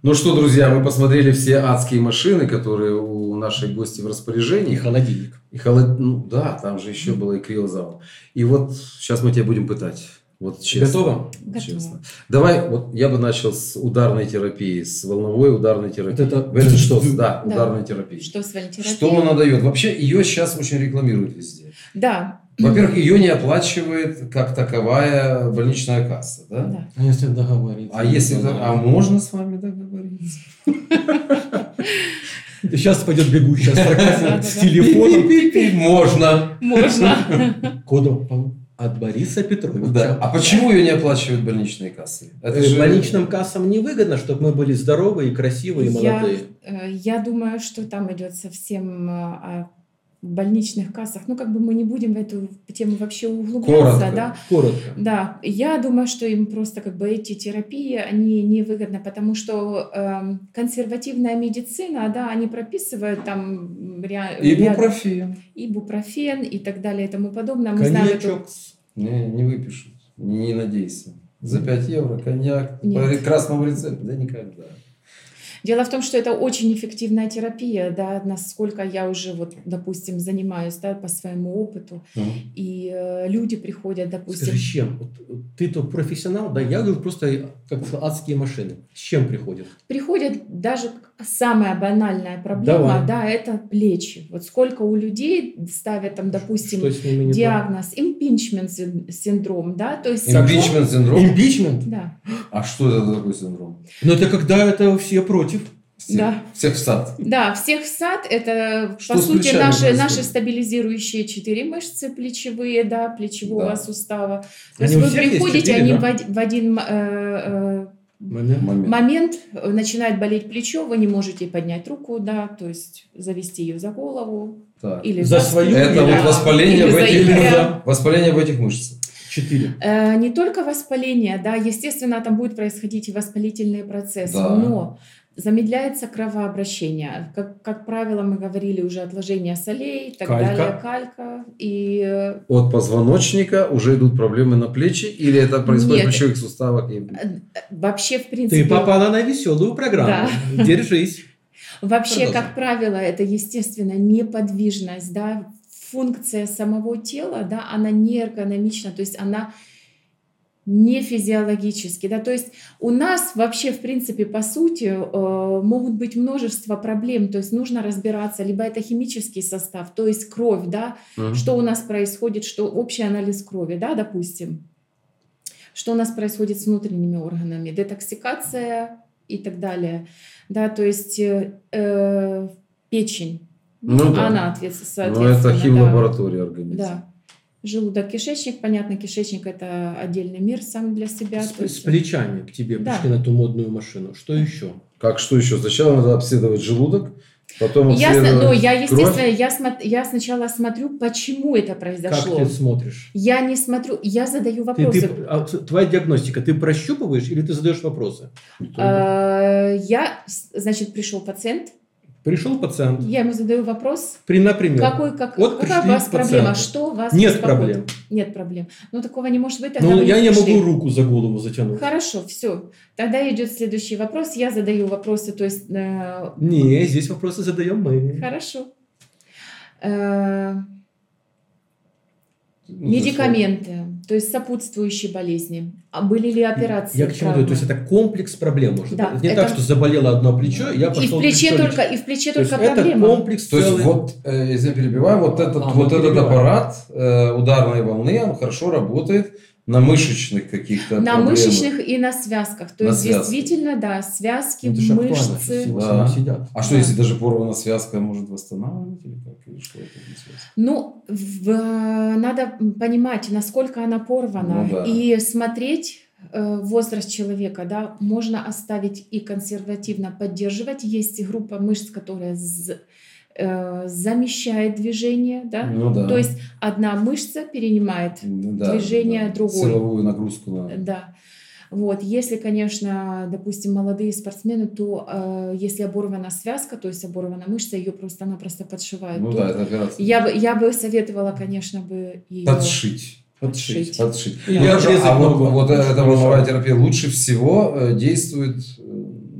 Speaker 1: Ну что, друзья, мы посмотрели все адские машины, которые у нашей гости в
Speaker 2: И
Speaker 1: распоряжении.
Speaker 2: холодильник.
Speaker 1: И холод... Ну да, там же еще было и криозал. И вот сейчас мы тебя будем пытать. Вот честно.
Speaker 2: Готово?
Speaker 1: Вот честно.
Speaker 5: Готово.
Speaker 1: Давай, вот я бы начал с ударной терапии, с волновой ударной терапии.
Speaker 2: Вот это-
Speaker 1: Беннет Штофф, да,
Speaker 5: Да.
Speaker 1: ударная терапия.
Speaker 5: Что с валентинотерапией?
Speaker 1: Что она дает? Вообще ее сейчас очень рекламируют везде.
Speaker 5: Да,
Speaker 1: Во-первых, ее не оплачивает как таковая больничная касса, да?
Speaker 5: да.
Speaker 2: А если договориться?
Speaker 1: А если а можно с вами договориться?
Speaker 2: Сейчас пойдет бегущая строка с
Speaker 5: Да-да-да.
Speaker 2: телефоном.
Speaker 1: Пи-пи-пи-пи. Можно.
Speaker 5: Можно.
Speaker 2: Кодом по- от Бориса Петровича.
Speaker 1: Да. А почему ее не оплачивают больничные кассы?
Speaker 2: Это же Э, больничным кассам невыгодно, чтобы мы были здоровы и красивы и
Speaker 5: Я-
Speaker 2: молодые.
Speaker 5: Э, Я думаю, что там идет совсем э, о больничных кассах. Ну, как бы мы не будем в эту тему вообще углубляться,
Speaker 1: Коротко.
Speaker 5: да?
Speaker 2: Коротко.
Speaker 5: Да, я думаю, что им просто как бы эти терапии, они невыгодны, потому что эм, консервативная медицина, да, они прописывают там ре- ряд-
Speaker 1: Ибупрофен.
Speaker 5: ибупрофен и так далее и тому подобное. Мы знаем эту-
Speaker 2: Коньячок.
Speaker 1: Не, не выпишут. Не надейся. За 5 евро коньяк.
Speaker 5: Нет.
Speaker 1: По красному рецепту. Да никогда.
Speaker 5: Дело в том, что это очень эффективная терапия, да, насколько я уже вот, допустим, занимаюсь, да, по своему опыту, и э, люди приходят, допустим,
Speaker 2: Скажи, с чем? Вот э, Ты то профессионал, да? Я говорю просто э, как адские машины. С чем приходят?
Speaker 5: приходит даже к- самая банальная проблема,
Speaker 2: Давай.
Speaker 5: да, это плечи. Вот сколько у людей ставят там, допустим,
Speaker 2: Что с ними не так?
Speaker 5: диагноз импичмент син- синдром, да, то есть синдром-
Speaker 1: Импичмент синдром.
Speaker 2: Импичмент?
Speaker 5: да,
Speaker 1: А что это за такой синдром?
Speaker 2: Но это когда это все против.
Speaker 1: Всех,
Speaker 5: Да.
Speaker 1: всех в сад.
Speaker 5: да, всех сад это
Speaker 1: Что
Speaker 5: по
Speaker 1: с
Speaker 5: сути
Speaker 1: плечами
Speaker 5: наши
Speaker 1: происходит?
Speaker 5: наши стабилизирующие четыре мышцы плечевые, да, плечевого
Speaker 1: Да.
Speaker 5: сустава. То
Speaker 2: Они
Speaker 5: есть
Speaker 2: у
Speaker 5: вы
Speaker 2: всех есть
Speaker 5: приходите,
Speaker 2: четыре,
Speaker 5: они
Speaker 2: да?
Speaker 5: в один, в один, э, э,
Speaker 2: Момент.
Speaker 1: Момент.
Speaker 5: момент э, начинает болеть плечо, вы не можете поднять руку, да, то есть завести ее за голову
Speaker 1: Так.
Speaker 5: или
Speaker 2: За
Speaker 5: спину.
Speaker 2: свою
Speaker 1: Это
Speaker 2: или-
Speaker 1: вот воспаление
Speaker 5: или
Speaker 1: в
Speaker 5: за
Speaker 1: этих,
Speaker 5: их
Speaker 2: прям.
Speaker 1: воспаление в этих мышцах.
Speaker 2: Четыре.
Speaker 5: Э, Не только воспаление, да, естественно, там будут происходить и воспалительные процессы,
Speaker 1: Да.
Speaker 5: но замедляется кровообращение. Как, как правило, мы говорили уже отложение солей, и так
Speaker 2: Калька.
Speaker 5: далее, калька. И э,
Speaker 1: От позвоночника уже идут проблемы на плечи, или это происходит
Speaker 5: Нет.
Speaker 1: в плечевых суставах? И...
Speaker 5: вообще, в принципе,
Speaker 2: Ты попала на веселую программу. Держись.
Speaker 5: вообще,
Speaker 1: Продолжай.
Speaker 5: как правило, это, естественно, неподвижность, да,
Speaker 4: функция самого тела, да, она не эргономична, то есть она не физиологически, да, то есть у нас вообще, в принципе, по сути, э, могут быть множество проблем, то есть нужно разбираться, либо это химический состав, то есть кровь, да,
Speaker 1: Мгм.
Speaker 4: что у нас происходит, что общий анализ крови, да, допустим, что у нас происходит с внутренними органами, детоксикация и так далее, да, то есть э, э, печень,
Speaker 1: Ну да.
Speaker 4: она ответственна,
Speaker 1: Ну, это
Speaker 4: да.
Speaker 1: химлаборатория организма.
Speaker 4: Да. Желудок, кишечник, понятно, кишечник это отдельный мир сам для себя.
Speaker 2: С,
Speaker 4: то есть-
Speaker 2: с плечами к тебе
Speaker 4: Да.
Speaker 2: пришли на ту модную машину. Что еще?
Speaker 1: Как что еще? Сначала надо обследовать желудок, потом
Speaker 4: Я,
Speaker 1: обследовать
Speaker 4: сна- ну, я, естественно,
Speaker 1: кровь.
Speaker 4: я, смо- я сначала смотрю, почему это произошло.
Speaker 2: Как ты смотришь?
Speaker 4: Я не смотрю, я задаю
Speaker 2: Ты,
Speaker 4: вопросы.
Speaker 2: ты- а т- твоя диагностика, ты прощупываешь или ты задаешь вопросы?
Speaker 4: ну, Э, Я, с- значит, пришел пациент,
Speaker 2: Пришел пациент,
Speaker 4: я ему задаю вопрос,
Speaker 2: при, например,
Speaker 4: какой, как,
Speaker 2: Вот
Speaker 4: какая у
Speaker 2: пришли
Speaker 4: вас проблема,
Speaker 2: пациенты.
Speaker 4: что вас
Speaker 2: нет
Speaker 4: беспокоит?
Speaker 2: проблем.
Speaker 4: Нет проблем. Ну, такого не может быть. тогда
Speaker 2: Ну,
Speaker 4: вы
Speaker 2: я не
Speaker 4: пришли.
Speaker 2: могу руку за голову затянуть.
Speaker 4: Хорошо, все. Тогда идет следующий вопрос. Я задаю вопросы, то есть э,
Speaker 2: Не, здесь вопросы задаем мы.
Speaker 4: Хорошо. Э,
Speaker 1: Ну,
Speaker 4: Медикаменты, то есть сопутствующие болезни. А были ли операции?
Speaker 2: Я к чему
Speaker 4: травмы?
Speaker 2: веду? То есть это комплекс проблем может
Speaker 4: Да,
Speaker 2: быть. Не
Speaker 4: это-
Speaker 2: так, что заболело одно плечо, и я
Speaker 4: и
Speaker 2: пошел
Speaker 4: в плече
Speaker 2: плечо
Speaker 4: только,
Speaker 2: лечить.
Speaker 4: и в плече
Speaker 2: То есть
Speaker 4: только
Speaker 2: это
Speaker 4: проблема.
Speaker 2: комплекс
Speaker 1: То есть
Speaker 2: целый.
Speaker 1: вот, э, если я перебиваю, вот этот,
Speaker 2: А,
Speaker 1: вот
Speaker 2: мы
Speaker 4: ну,
Speaker 1: этот
Speaker 2: перебиваем.
Speaker 1: аппарат э, ударной волны, он хорошо работает на мышечных каких-то
Speaker 4: На
Speaker 1: проблемах.
Speaker 4: мышечных и на связках. То
Speaker 1: На
Speaker 4: есть
Speaker 1: связках.
Speaker 4: действительно, да, связки,
Speaker 2: Ну, это же актуально, что
Speaker 4: мышцы.
Speaker 2: все в
Speaker 1: Да.
Speaker 2: основном сидят.
Speaker 1: А что,
Speaker 4: Да.
Speaker 1: если даже порвана связка может восстанавливать или как? Или что это за связка?
Speaker 4: Ну, в- э, надо понимать, насколько она порвана,
Speaker 1: Ну да.
Speaker 4: и смотреть э, возраст человека, да, можно оставить и консервативно поддерживать. Есть группа мышц, которая з- э, замещает движение, да,
Speaker 1: Ну да.
Speaker 4: то есть одна мышца перенимает,
Speaker 1: Ну да,
Speaker 4: движение
Speaker 1: да.
Speaker 4: другой.
Speaker 1: Силовую нагрузку на...
Speaker 4: да. Вот, если, конечно, допустим, молодые спортсмены, то э, если оборвана связка, то есть оборвана мышца, ее просто-напросто подшивают.
Speaker 1: Ну
Speaker 4: Тут
Speaker 1: да, это операция.
Speaker 4: я бы, я бы советовала, конечно, бы ее...
Speaker 1: Подшить.
Speaker 4: Подшить.
Speaker 1: Подшить.
Speaker 2: Или
Speaker 1: Ну, хорошо,
Speaker 2: отрезать
Speaker 1: а вот,
Speaker 2: ногу.
Speaker 1: вот эта
Speaker 2: Хорошо.
Speaker 1: волновая терапия лучше всего э, действует э,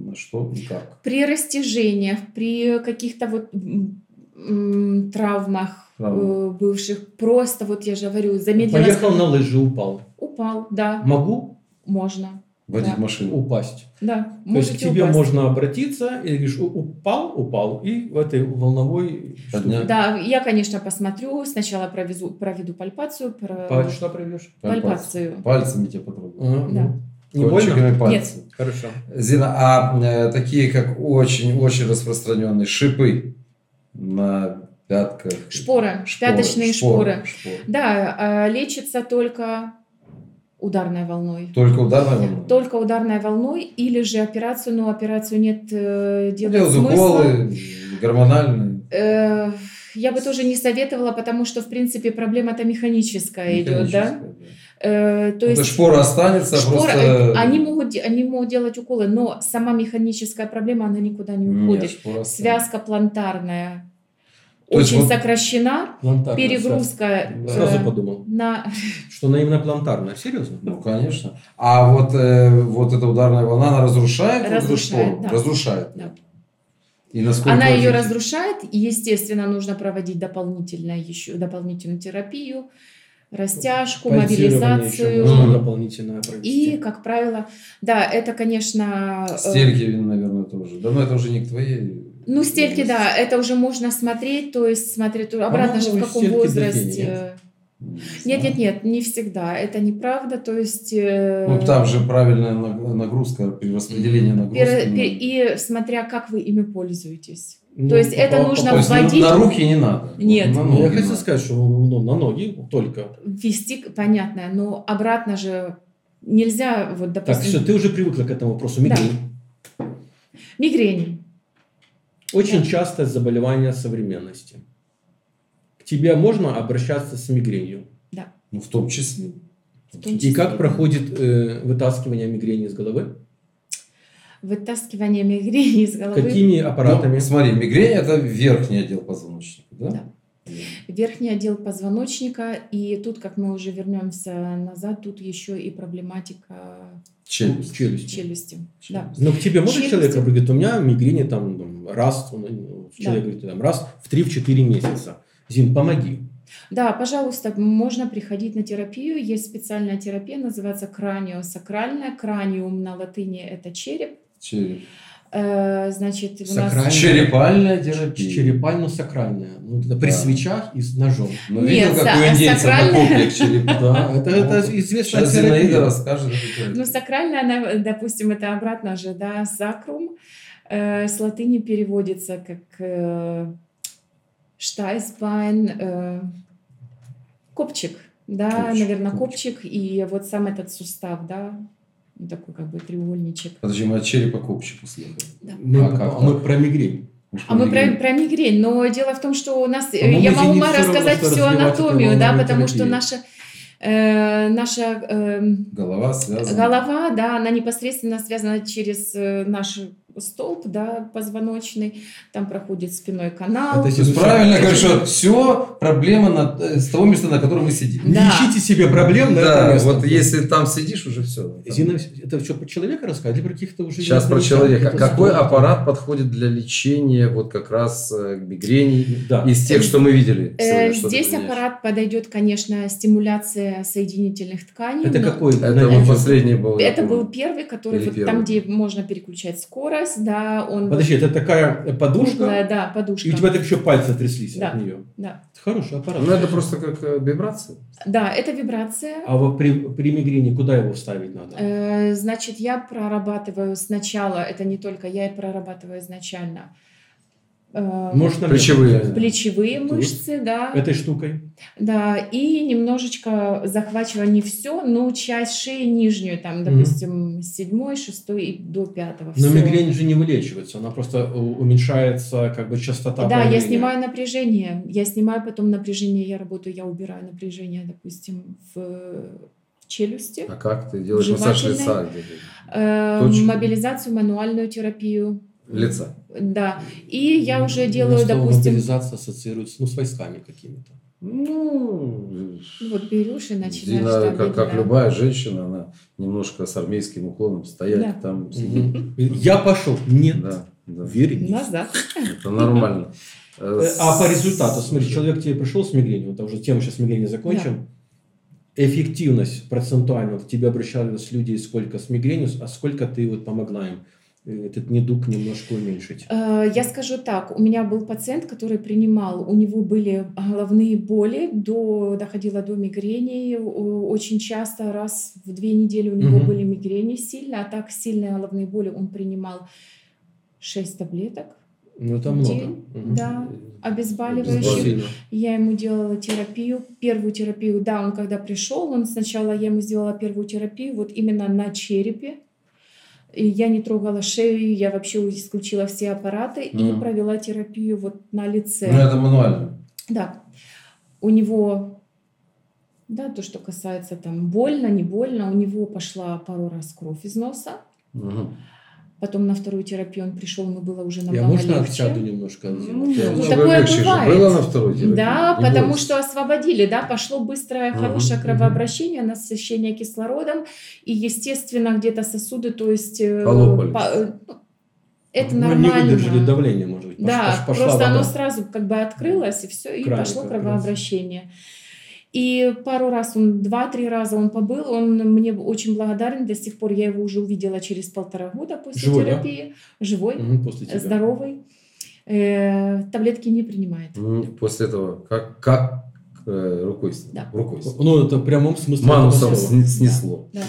Speaker 1: на что и как?
Speaker 4: При растяжениях, при каких-то вот м, м, травмах э,
Speaker 1: Травмах.
Speaker 4: бывших, просто вот я же говорю, замедлилась,
Speaker 2: Поехал на лыжи, упал.
Speaker 4: упал, да,
Speaker 2: Могу
Speaker 4: можно,
Speaker 1: Водить
Speaker 4: Да.
Speaker 1: машину.
Speaker 2: упасть.
Speaker 4: да,
Speaker 2: То есть
Speaker 4: можете
Speaker 2: к тебе
Speaker 4: упасть.
Speaker 2: можно обратиться, и говоришь, «У- упал, упал, и в этой волновой
Speaker 1: Поднять.
Speaker 2: штуке.
Speaker 4: Да, я, конечно, посмотрю, сначала провезу, проведу пальпацию, про-
Speaker 2: Палец что проведешь?
Speaker 4: пальпацию.
Speaker 1: Пальцами тебя потрогают.
Speaker 4: Да.
Speaker 2: Не больно?
Speaker 1: Кончиками пальцев.
Speaker 2: Хорошо.
Speaker 1: Зина, а э, такие, как очень-очень распространенные шипы на пятках?
Speaker 4: Шпоры, пяточные шпоры.
Speaker 1: шпоры.
Speaker 4: Да, э, лечится только ударной волной.
Speaker 1: Только ударная волна?
Speaker 4: Только ударной волной или же операцию, но операцию нет э, делать
Speaker 1: Делают
Speaker 4: смысла.
Speaker 1: уколы гормональные.
Speaker 4: Э, я бы тоже не советовала, потому что, в принципе, проблема-то механическая, идет, да?
Speaker 1: механические,
Speaker 4: Э, то
Speaker 1: Ну,
Speaker 4: есть
Speaker 1: шпора останется, а
Speaker 4: шпора, э,
Speaker 1: просто...
Speaker 4: они, могут, де- они могут делать уколы, но сама механическая проблема, она никуда не
Speaker 1: Нет,
Speaker 4: уходит.
Speaker 1: шпора останется.
Speaker 4: Связка плантарная
Speaker 1: То есть
Speaker 4: очень
Speaker 1: вот-
Speaker 4: сокращена,
Speaker 2: Плантарная связка.
Speaker 4: перегрузка э,
Speaker 2: Сразу подумал,
Speaker 4: на
Speaker 2: что она именно плантарная. Серьезно?
Speaker 1: Ну, конечно. А вот, э, вот эта ударная волна, она разрушает, вот эту
Speaker 4: Разрушает,
Speaker 1: шпору?
Speaker 4: да.
Speaker 1: Разрушает.
Speaker 4: Да.
Speaker 1: И насколько
Speaker 4: Она ее
Speaker 1: эффективно?
Speaker 4: разрушает, и, естественно, нужно проводить дополнительно еще дополнительную терапию, растяжку,
Speaker 2: Пальцирование еще
Speaker 4: мобилизацию.
Speaker 1: можно.
Speaker 2: можно
Speaker 1: Мгм.
Speaker 2: дополнительное провести.
Speaker 4: И, как правило, да, это, конечно... э,
Speaker 1: Стельки, наверное, тоже. Да, но это уже не к твоей.
Speaker 4: Ну, стельки, да, это уже можно смотреть, то есть смотреть
Speaker 2: А
Speaker 4: обратно же, в
Speaker 2: можно
Speaker 4: каком
Speaker 2: стельки А.
Speaker 4: возрасте.
Speaker 2: детей, нет?
Speaker 4: э, Нет, нет, нет, не всегда, это неправда, то есть... э,
Speaker 1: Ну, там же правильная наг- нагрузка, при распределении нагрузки.
Speaker 4: пере-
Speaker 1: ну,
Speaker 4: пере- и смотря, как вы ими пользуетесь.
Speaker 2: Ну,
Speaker 4: то есть это
Speaker 2: по-
Speaker 4: нужно
Speaker 1: То есть на-
Speaker 4: вводить-
Speaker 1: на руки не надо.
Speaker 4: Нет.
Speaker 1: На
Speaker 2: Ну,
Speaker 1: ноги
Speaker 2: я
Speaker 1: надо.
Speaker 2: хотел сказать, что ну, на ноги только.
Speaker 4: Вести, понятно, но обратно же нельзя, вот, допустим...
Speaker 2: Так, все, ты уже привыкла к этому вопросу. Мигрень.
Speaker 4: Мигрени.
Speaker 2: Очень
Speaker 4: Да.
Speaker 2: частое заболевание современности. К тебе можно обращаться с мигренью?
Speaker 1: Ну, в том числе.
Speaker 4: В том
Speaker 2: И
Speaker 4: числе.
Speaker 2: как проходит э, вытаскивание мигрени из головы?
Speaker 4: Вытаскивание мигрени из головы.
Speaker 2: Какими аппаратами?
Speaker 1: Ну, смотри, мигрень это верхний отдел позвоночника, да?
Speaker 4: Верхний отдел позвоночника. И тут, как мы уже вернемся назад, тут еще и проблематика
Speaker 1: Челюсть.
Speaker 2: Челюсть.
Speaker 4: челюсти. Да.
Speaker 2: Ну, к тебе может
Speaker 4: Челюсть.
Speaker 2: человек говорит, у меня мигрени там, там, раз, он, ну, человек
Speaker 4: Да.
Speaker 2: говорит, там, раз в 3-4 месяца. Зин, помоги.
Speaker 4: Да, пожалуйста, можно приходить на терапию. Есть специальная терапия, называется краниосакральная. Краниум на латыни – это череп.
Speaker 1: Череп.
Speaker 4: Э, Значит, у нас...
Speaker 2: Сакральная.
Speaker 1: Черепальная терапия.
Speaker 2: Черепально-сакральная. Ну, это при
Speaker 1: Да.
Speaker 2: свечах и с ножом.
Speaker 1: Ну,
Speaker 4: Нет,
Speaker 1: видел,
Speaker 4: са-
Speaker 1: какой индейцев на
Speaker 4: сакральная.
Speaker 1: комплекс черепа.
Speaker 2: Да, это, это известная
Speaker 1: Ну, Сейчас Зинаида
Speaker 2: терапия.
Speaker 1: расскажет. эту терапию.
Speaker 4: Ну, сакральная, она, допустим, это обратно же, да, сакрум. Э, с латыни переводится как э, штайсбайн, э, копчик, да,
Speaker 1: Копчик,
Speaker 4: наверное, копчик. И вот сам этот сустав, да, ну, такой как бы треугольничек.
Speaker 2: А
Speaker 1: Подожди, мы от черепа к общику съехали.
Speaker 2: Мы,
Speaker 1: А как
Speaker 2: а мы про мигрень.
Speaker 1: Уж
Speaker 4: А мы про,
Speaker 1: поверим.
Speaker 4: про мигрень, но дело в том, что у нас... э,
Speaker 2: А мы
Speaker 4: я
Speaker 2: будем
Speaker 4: могу Ма,
Speaker 2: всё равно
Speaker 4: рассказать
Speaker 2: что
Speaker 4: всю
Speaker 2: развивать эту
Speaker 4: анатомию, да,
Speaker 2: волновую
Speaker 4: потому что
Speaker 2: терапию.
Speaker 4: наша... э, наша эм,
Speaker 1: Голова связана.
Speaker 4: Голова, да, она непосредственно связана через э, наш столб, да, позвоночный. Там проходит спиной канал. Э,
Speaker 2: Это
Speaker 1: То есть
Speaker 2: Слушай,
Speaker 1: правильно
Speaker 4: это
Speaker 1: говорю,
Speaker 4: же-
Speaker 1: что все проблема на- э, с того места, на котором мы сидим.
Speaker 2: Не
Speaker 4: Да.
Speaker 2: ищите себе проблем на
Speaker 1: да,
Speaker 2: это место.
Speaker 1: вот если там сидишь, уже все.
Speaker 2: Зина, это что, про человека рассказать или про каких-то уже...
Speaker 1: Сейчас про
Speaker 2: незнакомых?
Speaker 1: человека.
Speaker 2: Это
Speaker 1: Какой
Speaker 2: здорово.
Speaker 1: аппарат подходит для лечения вот как раз э, мигрени
Speaker 2: Да.
Speaker 1: из тех, что мы видели?
Speaker 4: Э,
Speaker 1: сегодня, что ты
Speaker 4: Здесь
Speaker 1: применяешь?
Speaker 4: аппарат подойдет, конечно, стимуляция соединительных тканей.
Speaker 2: Это
Speaker 4: но-
Speaker 2: какой?
Speaker 1: Ну, Это
Speaker 2: Наверное,
Speaker 1: вот последний был. я
Speaker 4: Это
Speaker 1: помню.
Speaker 4: был первый, который
Speaker 1: Или
Speaker 4: вот там,
Speaker 1: первый.
Speaker 4: где можно переключать скорость, да, он вот
Speaker 2: Подожди, это такая подушка,
Speaker 4: круглая, да, подушка.
Speaker 2: и у
Speaker 1: типа
Speaker 2: тебя так еще пальцы тряслись
Speaker 4: Да.
Speaker 2: от нее.
Speaker 4: Да.
Speaker 2: Хороший аппарат.
Speaker 1: Ну, это просто как э, вибрация.
Speaker 4: Да, это вибрация.
Speaker 2: А вот при, при мигрени куда его вставить надо?
Speaker 4: Э, Значит, я прорабатываю сначала, это не только я, и прорабатываю изначально. э,
Speaker 2: Может, наверное,
Speaker 1: Плечевые.
Speaker 4: плечевые
Speaker 2: Тут.
Speaker 4: мышцы, да.
Speaker 2: Этой штукой.
Speaker 4: Да, и немножечко захвачиваю не все, но часть шеи нижнюю, там,
Speaker 2: Мгм.
Speaker 4: допустим, с седьмой, шестой и до пятого.
Speaker 2: Но
Speaker 4: Всё.
Speaker 2: мигрень же не вылечивается, она просто у- уменьшается как бы частота.
Speaker 4: Да, я
Speaker 2: проявления.
Speaker 4: снимаю напряжение. Я снимаю потом напряжение, я работаю, я убираю напряжение, допустим, в, в челюсти.
Speaker 1: А как ты делаешь массаж лица? где-то?
Speaker 4: Э,
Speaker 1: Точки.
Speaker 4: мобилизацию, мануальную терапию.
Speaker 1: Лица.
Speaker 4: Да. И я уже
Speaker 2: Ну,
Speaker 4: делаю,
Speaker 2: что
Speaker 4: допустим,
Speaker 2: мобилизация ассоциируется ну, с войсками какими-то.
Speaker 1: Ну,
Speaker 4: ну вот берешь и начинаешь.
Speaker 1: Зина,
Speaker 4: там,
Speaker 1: как, как
Speaker 4: да.
Speaker 1: любая женщина, она немножко с армейским уклоном стоять
Speaker 4: Да.
Speaker 1: там. сидеть.
Speaker 2: Мгм. Я пошел. Нет.
Speaker 1: Да, да.
Speaker 2: Верь.
Speaker 4: Назад.
Speaker 1: Это нормально. Э,
Speaker 2: Э, А по
Speaker 1: с-
Speaker 2: результату, смотри, человек к тебе пришел с мигренью, вот уже тему сейчас мигрени закончим. Эффективность процентуально, к тебе обращались люди сколько с мигренью, а сколько ты вот помогла им э, этот недуг немножко уменьшить?
Speaker 4: Э, Я скажу так, у меня был пациент, который принимал, у него были головные боли, до, доходило до мигрени, у- очень часто, раз в две недели у него
Speaker 2: Мгм.
Speaker 4: были мигрени сильно, а так сильные головные боли он принимал 6 таблеток,
Speaker 2: Ну, это
Speaker 4: День,
Speaker 2: много. Мгм.
Speaker 4: да,
Speaker 1: Обезболивающих.
Speaker 4: обезболивающих.
Speaker 2: Сильно.
Speaker 4: Я ему делала терапию, первую терапию, да, он когда пришел, он сначала, я ему сделала первую терапию, вот именно на черепе, и я не трогала шею, я вообще исключила все аппараты и
Speaker 1: Мгм.
Speaker 4: провела терапию вот на лице.
Speaker 1: Ну, это мануально.
Speaker 4: Да. У него, да, то, что касается там больно, не больно, у него пошла пару раз кровь из носа.
Speaker 1: Мгм.
Speaker 4: Потом на вторую терапию он пришел, но было уже
Speaker 2: Я
Speaker 4: намного
Speaker 2: можно
Speaker 4: легче.
Speaker 2: отсяду немножко? Зина?
Speaker 1: Ну,
Speaker 2: Я
Speaker 1: намного
Speaker 2: вот-
Speaker 4: такое
Speaker 1: легче же.
Speaker 4: бывает.
Speaker 1: Было на второй терапии?
Speaker 4: Да,
Speaker 1: Не
Speaker 4: потому
Speaker 1: бойтесь.
Speaker 4: что освободили, да, пошло быстрое,
Speaker 1: Мгм,
Speaker 4: хорошее
Speaker 2: мгм.
Speaker 4: кровообращение, насыщение кислородом, и, естественно, где-то сосуды, то есть... э,
Speaker 1: Полопались.
Speaker 4: э, ну, это
Speaker 2: Ну,
Speaker 4: нормально.
Speaker 2: не выдержали давление, может быть. пош-
Speaker 4: Да,
Speaker 2: пош- пошла
Speaker 4: просто оно
Speaker 2: вода.
Speaker 4: сразу как бы открылось, и все, и
Speaker 2: Край
Speaker 4: пошло
Speaker 2: как раз.
Speaker 4: кровообращение. И пару раз он, два-три раза он побыл, он мне очень благодарен, до сих пор я его уже увидела через полтора года после
Speaker 2: Живой, да?
Speaker 4: терапии. Живой,
Speaker 2: Мгм, после тебя.
Speaker 4: здоровый, Э, таблетки не принимает.
Speaker 1: М, После этого как, как э, рукой, с-
Speaker 4: Да.
Speaker 1: рукой с-
Speaker 2: Ну, это в прямом смысле.
Speaker 1: манусом
Speaker 2: этого слова.
Speaker 1: сни- снесло.
Speaker 4: Да.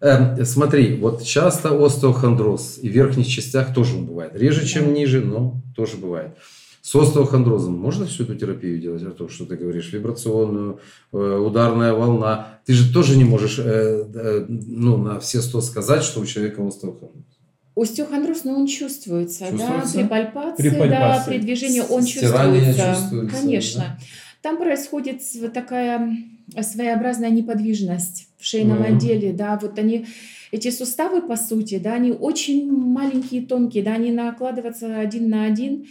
Speaker 1: Эм, смотри, вот часто остеохондроз и в верхних частях тоже он бывает. Реже, чем ниже, но тоже бывает. С остеохондрозом можно всю эту терапию делать? Артур, что ты говоришь? Вибрационную, э, ударная волна. Ты же тоже не можешь э, э, ну, на все сто сказать, что у человека остеохондроз.
Speaker 4: Остеохондроз, но он чувствуется,
Speaker 1: Чувствуется?
Speaker 4: да, при пальпации,
Speaker 2: При
Speaker 4: да,
Speaker 2: пальпации.
Speaker 4: при движении он
Speaker 1: Стирание
Speaker 4: чувствуется,
Speaker 1: чувствуется,
Speaker 4: конечно.
Speaker 1: да.
Speaker 4: Там происходит вот такая своеобразная неподвижность в шейном
Speaker 2: Мгм.
Speaker 4: отделе, да, вот они эти суставы, по сути, да, они очень маленькие, тонкие, да, они накладываются один на один,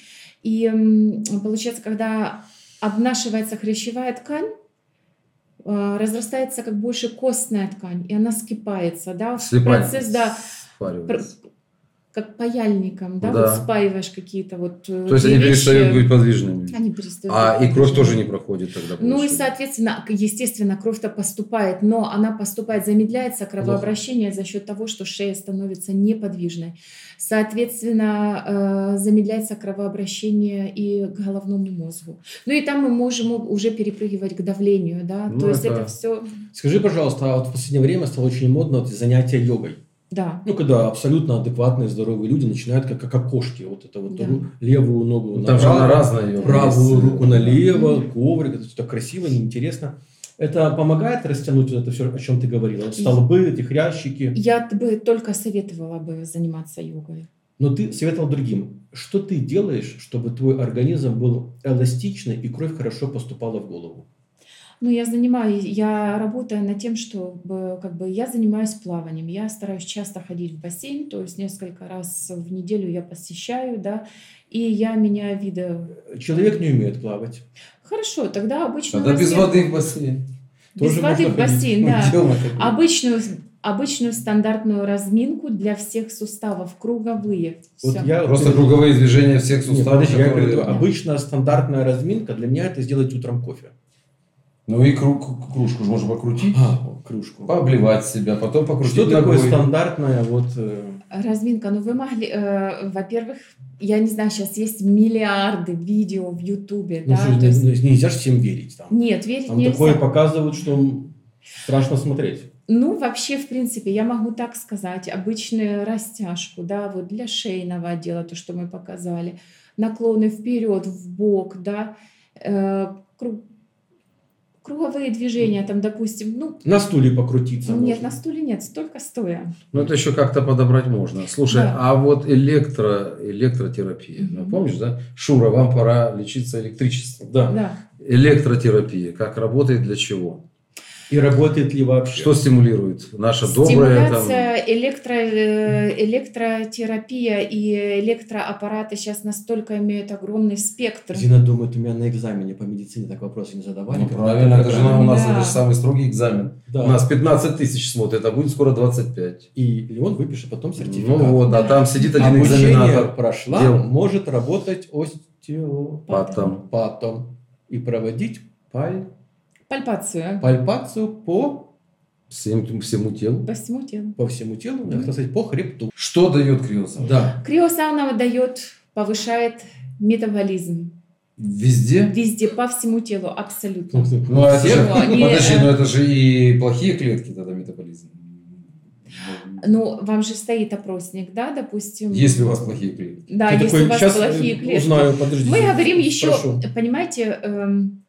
Speaker 4: и м, получается, когда обнашивается хрящевая ткань, э, разрастается как больше костная ткань, и она скипается, да, А в
Speaker 1: Слепая.
Speaker 4: процесс, да,
Speaker 1: Сваривается.
Speaker 4: как паяльником, да,
Speaker 1: Да.
Speaker 4: вот спаиваешь какие-то вот э,
Speaker 1: То есть они
Speaker 4: две вещи.
Speaker 1: перестают быть подвижными.
Speaker 4: Они перестают
Speaker 1: А
Speaker 4: быть
Speaker 1: и кровь
Speaker 4: подвижными.
Speaker 1: тоже не проходит тогда.
Speaker 4: Ну и,
Speaker 1: получается.
Speaker 4: соответственно, к- естественно, кровь-то поступает, но она поступает, замедляется кровообращение за счет того, что шея становится неподвижной. Соответственно, э, замедляется кровообращение и к головному мозгу. Ну и там мы можем у- уже перепрыгивать к давлению, да,
Speaker 1: Ну,
Speaker 4: то есть
Speaker 1: это-
Speaker 4: это все,
Speaker 2: Скажи, пожалуйста, а вот в последнее время стало очень модно вот занятие йогой.
Speaker 4: да.
Speaker 2: Ну, когда абсолютно адекватные, здоровые люди начинают как, как окошки. Вот это вот
Speaker 4: Да.
Speaker 2: ру- левую ногу
Speaker 1: Ну, Там же она
Speaker 2: направо,
Speaker 1: разная. её
Speaker 2: правую
Speaker 1: есть.
Speaker 2: руку налево,
Speaker 4: Мгм.
Speaker 2: коврик. Это все так красиво, неинтересно. Это помогает растянуть вот это все, о чем ты говорила? Вот Столбы, эти хрящики.
Speaker 4: Я т- бы только советовала бы заниматься йогой.
Speaker 2: Но ты советовал другим. Что ты делаешь, чтобы твой организм был эластичный и кровь хорошо поступала в голову?
Speaker 4: Ну, я занимаюсь, я работаю над тем, чтобы как бы я занимаюсь плаванием. Я стараюсь часто ходить в бассейн, то есть несколько раз в неделю я посещаю, да, и я меняю виды.
Speaker 2: Человек не умеет плавать.
Speaker 4: Хорошо, тогда обычно
Speaker 1: Тогда без воды в бассейн.
Speaker 4: Без
Speaker 2: Тоже
Speaker 4: воды
Speaker 2: можно
Speaker 4: в
Speaker 2: ходить.
Speaker 4: бассейн, да.
Speaker 2: Где она такая?
Speaker 4: обычную обычную стандартную разминку для всех суставов круговые.
Speaker 2: Вот
Speaker 4: Всё.
Speaker 2: я
Speaker 1: Просто круговые движения всех
Speaker 2: Нет,
Speaker 1: суставов.
Speaker 2: подожди, я
Speaker 1: которые-
Speaker 2: говорю, обычно стандартная разминка для меня это сделать утром кофе.
Speaker 1: Ну и кру- кру- кружку же можно покрутить,
Speaker 2: А, кружку.
Speaker 1: пообливать себя, потом покрутить
Speaker 2: Что такое
Speaker 1: ногой.
Speaker 2: стандартная вот... э,
Speaker 4: Разминка, ну вы могли, э, во-первых, я не знаю, сейчас есть миллиарды видео в Ютубе,
Speaker 2: ну,
Speaker 4: да,
Speaker 2: что ж,
Speaker 4: то есть-
Speaker 2: ну, нельзя же всем верить там.
Speaker 4: нет, верить
Speaker 2: Там
Speaker 4: нельзя.
Speaker 2: такое показывают, что м, страшно смотреть.
Speaker 4: Ну, вообще, в принципе, я могу так сказать, обычную растяжку, да, вот для шейного отдела, то, что мы показали, наклоны вперед, в бок, да, э, кру- круговые движения, там, допустим, ну,
Speaker 2: На стуле покрутиться
Speaker 4: нет,
Speaker 2: можно.
Speaker 4: на стуле нет, столько стоя.
Speaker 1: Ну, это еще как-то подобрать можно. Слушай,
Speaker 4: Да.
Speaker 1: а вот электро, электротерапия, ну,
Speaker 4: Мгм.
Speaker 1: помнишь, да? Шура, вам пора лечиться электричеством.
Speaker 2: Да.
Speaker 4: Да.
Speaker 1: Электротерапия, как работает, для чего?
Speaker 2: И работает ли вообще?
Speaker 1: Что стимулирует? Наша добрая там...
Speaker 4: Стимуляция, электро, э, электротерапия и электроаппараты сейчас настолько имеют огромный спектр.
Speaker 2: Зина думает, у меня на экзамене по медицине так вопросы не задавали.
Speaker 1: Ну,
Speaker 2: как
Speaker 1: правильно,
Speaker 2: она
Speaker 1: это же у нас
Speaker 4: Да.
Speaker 1: это же самый строгий экзамен.
Speaker 2: Да.
Speaker 1: У нас 15 тысяч смотрит, а будет скоро 25.
Speaker 2: И Леон выпишет потом сертификат.
Speaker 1: Ну вот, а там сидит один
Speaker 2: Обучение
Speaker 1: экзаменатор.
Speaker 2: прошла,
Speaker 1: Дел.
Speaker 2: может работать остеопатом.
Speaker 1: Потом.
Speaker 2: и проводить паль-
Speaker 4: Пальпацию
Speaker 2: пальпацию по,
Speaker 1: Всем- всему телу.
Speaker 4: по всему телу.
Speaker 2: по всему телу, я
Speaker 1: Мгм.
Speaker 2: хотел сказать, по хребту.
Speaker 1: Что дает криосауна?
Speaker 2: Да.
Speaker 4: Криосауна дает, повышает метаболизм.
Speaker 1: Везде?
Speaker 4: Везде, по всему телу, абсолютно.
Speaker 1: Ну, а это
Speaker 2: Все
Speaker 1: же,
Speaker 4: они,
Speaker 1: подожди,
Speaker 4: э,
Speaker 1: ну это же и плохие клетки тогда метаболизм.
Speaker 4: Ну, вам же стоит опросник, да, допустим?
Speaker 1: Если у вас плохие клетки.
Speaker 4: Да,
Speaker 2: Ты
Speaker 4: если
Speaker 2: такой,
Speaker 4: у вас
Speaker 2: «Щас,
Speaker 4: плохие
Speaker 2: э,
Speaker 4: клетки.
Speaker 2: Узнаю, подожди.
Speaker 4: Мы
Speaker 2: Зина,
Speaker 4: говорим еще,
Speaker 2: прошу.
Speaker 4: понимаете, эм,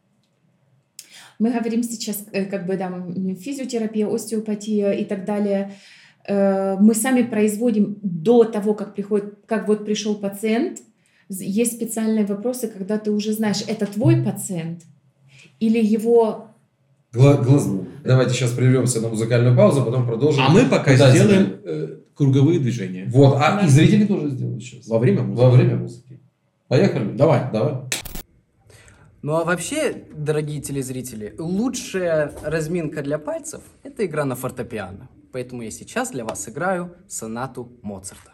Speaker 4: мы говорим сейчас, э, как бы там, физиотерапия, остеопатия и так далее. Э, Мы сами производим до того, как приходит, как вот пришел пациент, з- есть специальные вопросы, когда ты уже знаешь, это твой пациент или его...
Speaker 1: Гла- глазные. Давайте сейчас прервемся на музыкальную паузу, потом продолжим.
Speaker 2: А мы пока
Speaker 1: Да,
Speaker 2: сделаем э, круговые движения.
Speaker 1: Вот, а
Speaker 4: Да.
Speaker 1: и зрители тоже сделают сейчас.
Speaker 2: Во время музыки.
Speaker 1: Во время музыки. Поехали?
Speaker 2: Давай.
Speaker 1: Давай.
Speaker 6: Ну а вообще, дорогие телезрители, лучшая разминка для пальцев – это игра на фортепиано. Поэтому я сейчас для вас играю сонату Моцарта.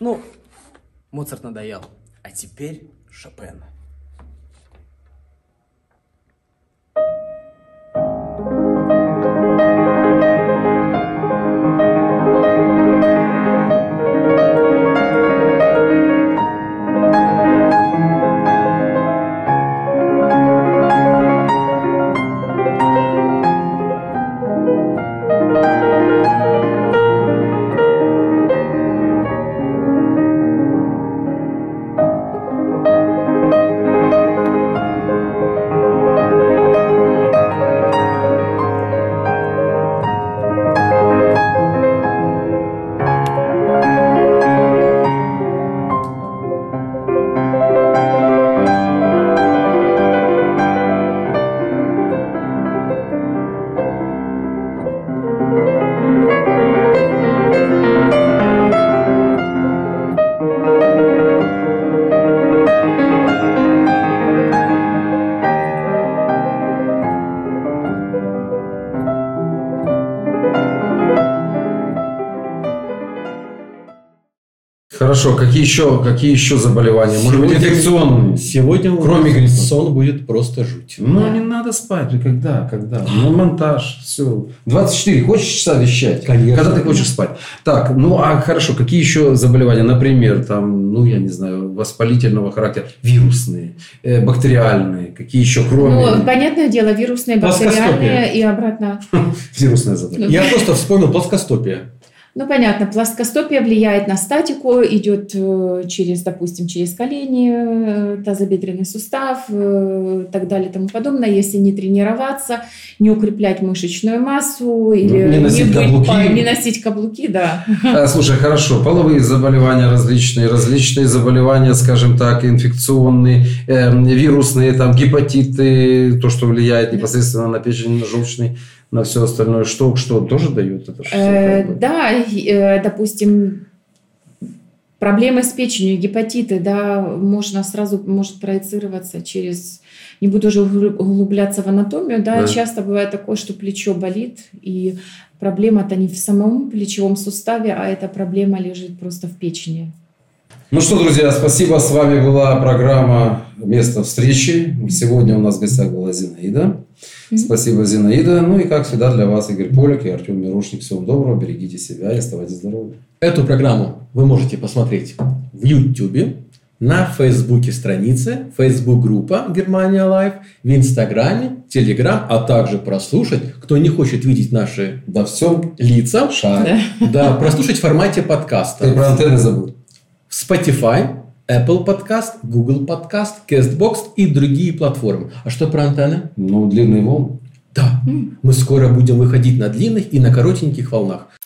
Speaker 6: Ну, Моцарт надоел. А теперь Шопен.
Speaker 1: Хорошо, какие еще, какие еще заболевания? Может быть,
Speaker 2: Сегодня-
Speaker 1: инфекционные?
Speaker 2: Сегодня у
Speaker 1: Кроме
Speaker 2: нас
Speaker 1: гриппа.
Speaker 2: сон будет просто жуть.
Speaker 1: Ну,
Speaker 4: Да.
Speaker 1: не надо спать. Ну, Когда? Когда? Ну, монтаж, все. 24. Хочешь часа вещать?
Speaker 2: Конечно.
Speaker 1: Когда ты хочешь спать? Так, ну, а хорошо. Какие еще заболевания? Например, там, ну, я не знаю, воспалительного характера. Вирусные, э, бактериальные. Какие еще,
Speaker 4: Ну,
Speaker 1: кроме
Speaker 4: понятное дело, вирусные,
Speaker 2: Плоскостопие.
Speaker 4: бактериальные и обратно.
Speaker 1: вирусное заболевание?
Speaker 4: Ну,
Speaker 2: Я просто вспомнил плоскостопие.
Speaker 4: Ну, понятно, плоскостопие влияет на статику, идет э, через, допустим, через колени, э, тазобедренный сустав, э, так далее и тому подобное. Если не тренироваться, не укреплять мышечную массу или
Speaker 1: Ну, не носить
Speaker 4: быть-
Speaker 1: каблуки.
Speaker 4: не носить каблуки, да.
Speaker 1: А, Слушай, хорошо, половые заболевания различные, различные заболевания, скажем так, инфекционные, эм, вирусные, там, гепатиты, то, что влияет непосредственно на печень, на желчный, на все остальное. Что, что тоже дают? Это ж всё
Speaker 4: Э,
Speaker 1: как бы.
Speaker 4: Да, э, допустим, проблемы с печенью, гепатиты, да, можно сразу, может проецироваться через, не буду уже углу- углубляться в анатомию, да,
Speaker 1: Да.
Speaker 4: часто бывает такое, что плечо болит, и проблема-то не в самом плечевом суставе, а эта проблема лежит просто в печени.
Speaker 1: Ну что, друзья, спасибо. С вами была программа «Место встречи». Сегодня у нас в гостях была Зинаида.
Speaker 4: Мгм.
Speaker 1: Спасибо, Зинаида. Ну и, как всегда, для вас Игорь Полик и Артем Мирошник. Всего вам доброго, берегите себя и оставайтесь здоровы.
Speaker 2: Эту программу вы можете посмотреть в YouTube, на Фейсбуке странице, Facebook группа Германия Лайв, в Инстаграме, Телеграм, а также прослушать, кто не хочет видеть наши
Speaker 1: Да всем
Speaker 2: лица,
Speaker 1: шаг.
Speaker 2: да, прослушать в формате
Speaker 1: Ты
Speaker 2: подкаста
Speaker 1: про антенны забыл.
Speaker 2: в Spotify, Apple Podcast, Google Podcast, Castbox и другие платформы. А что про антенны?
Speaker 1: Ну, длинный волн.
Speaker 2: Да,
Speaker 4: М.
Speaker 2: мы скоро будем выходить на длинных и на коротеньких волнах.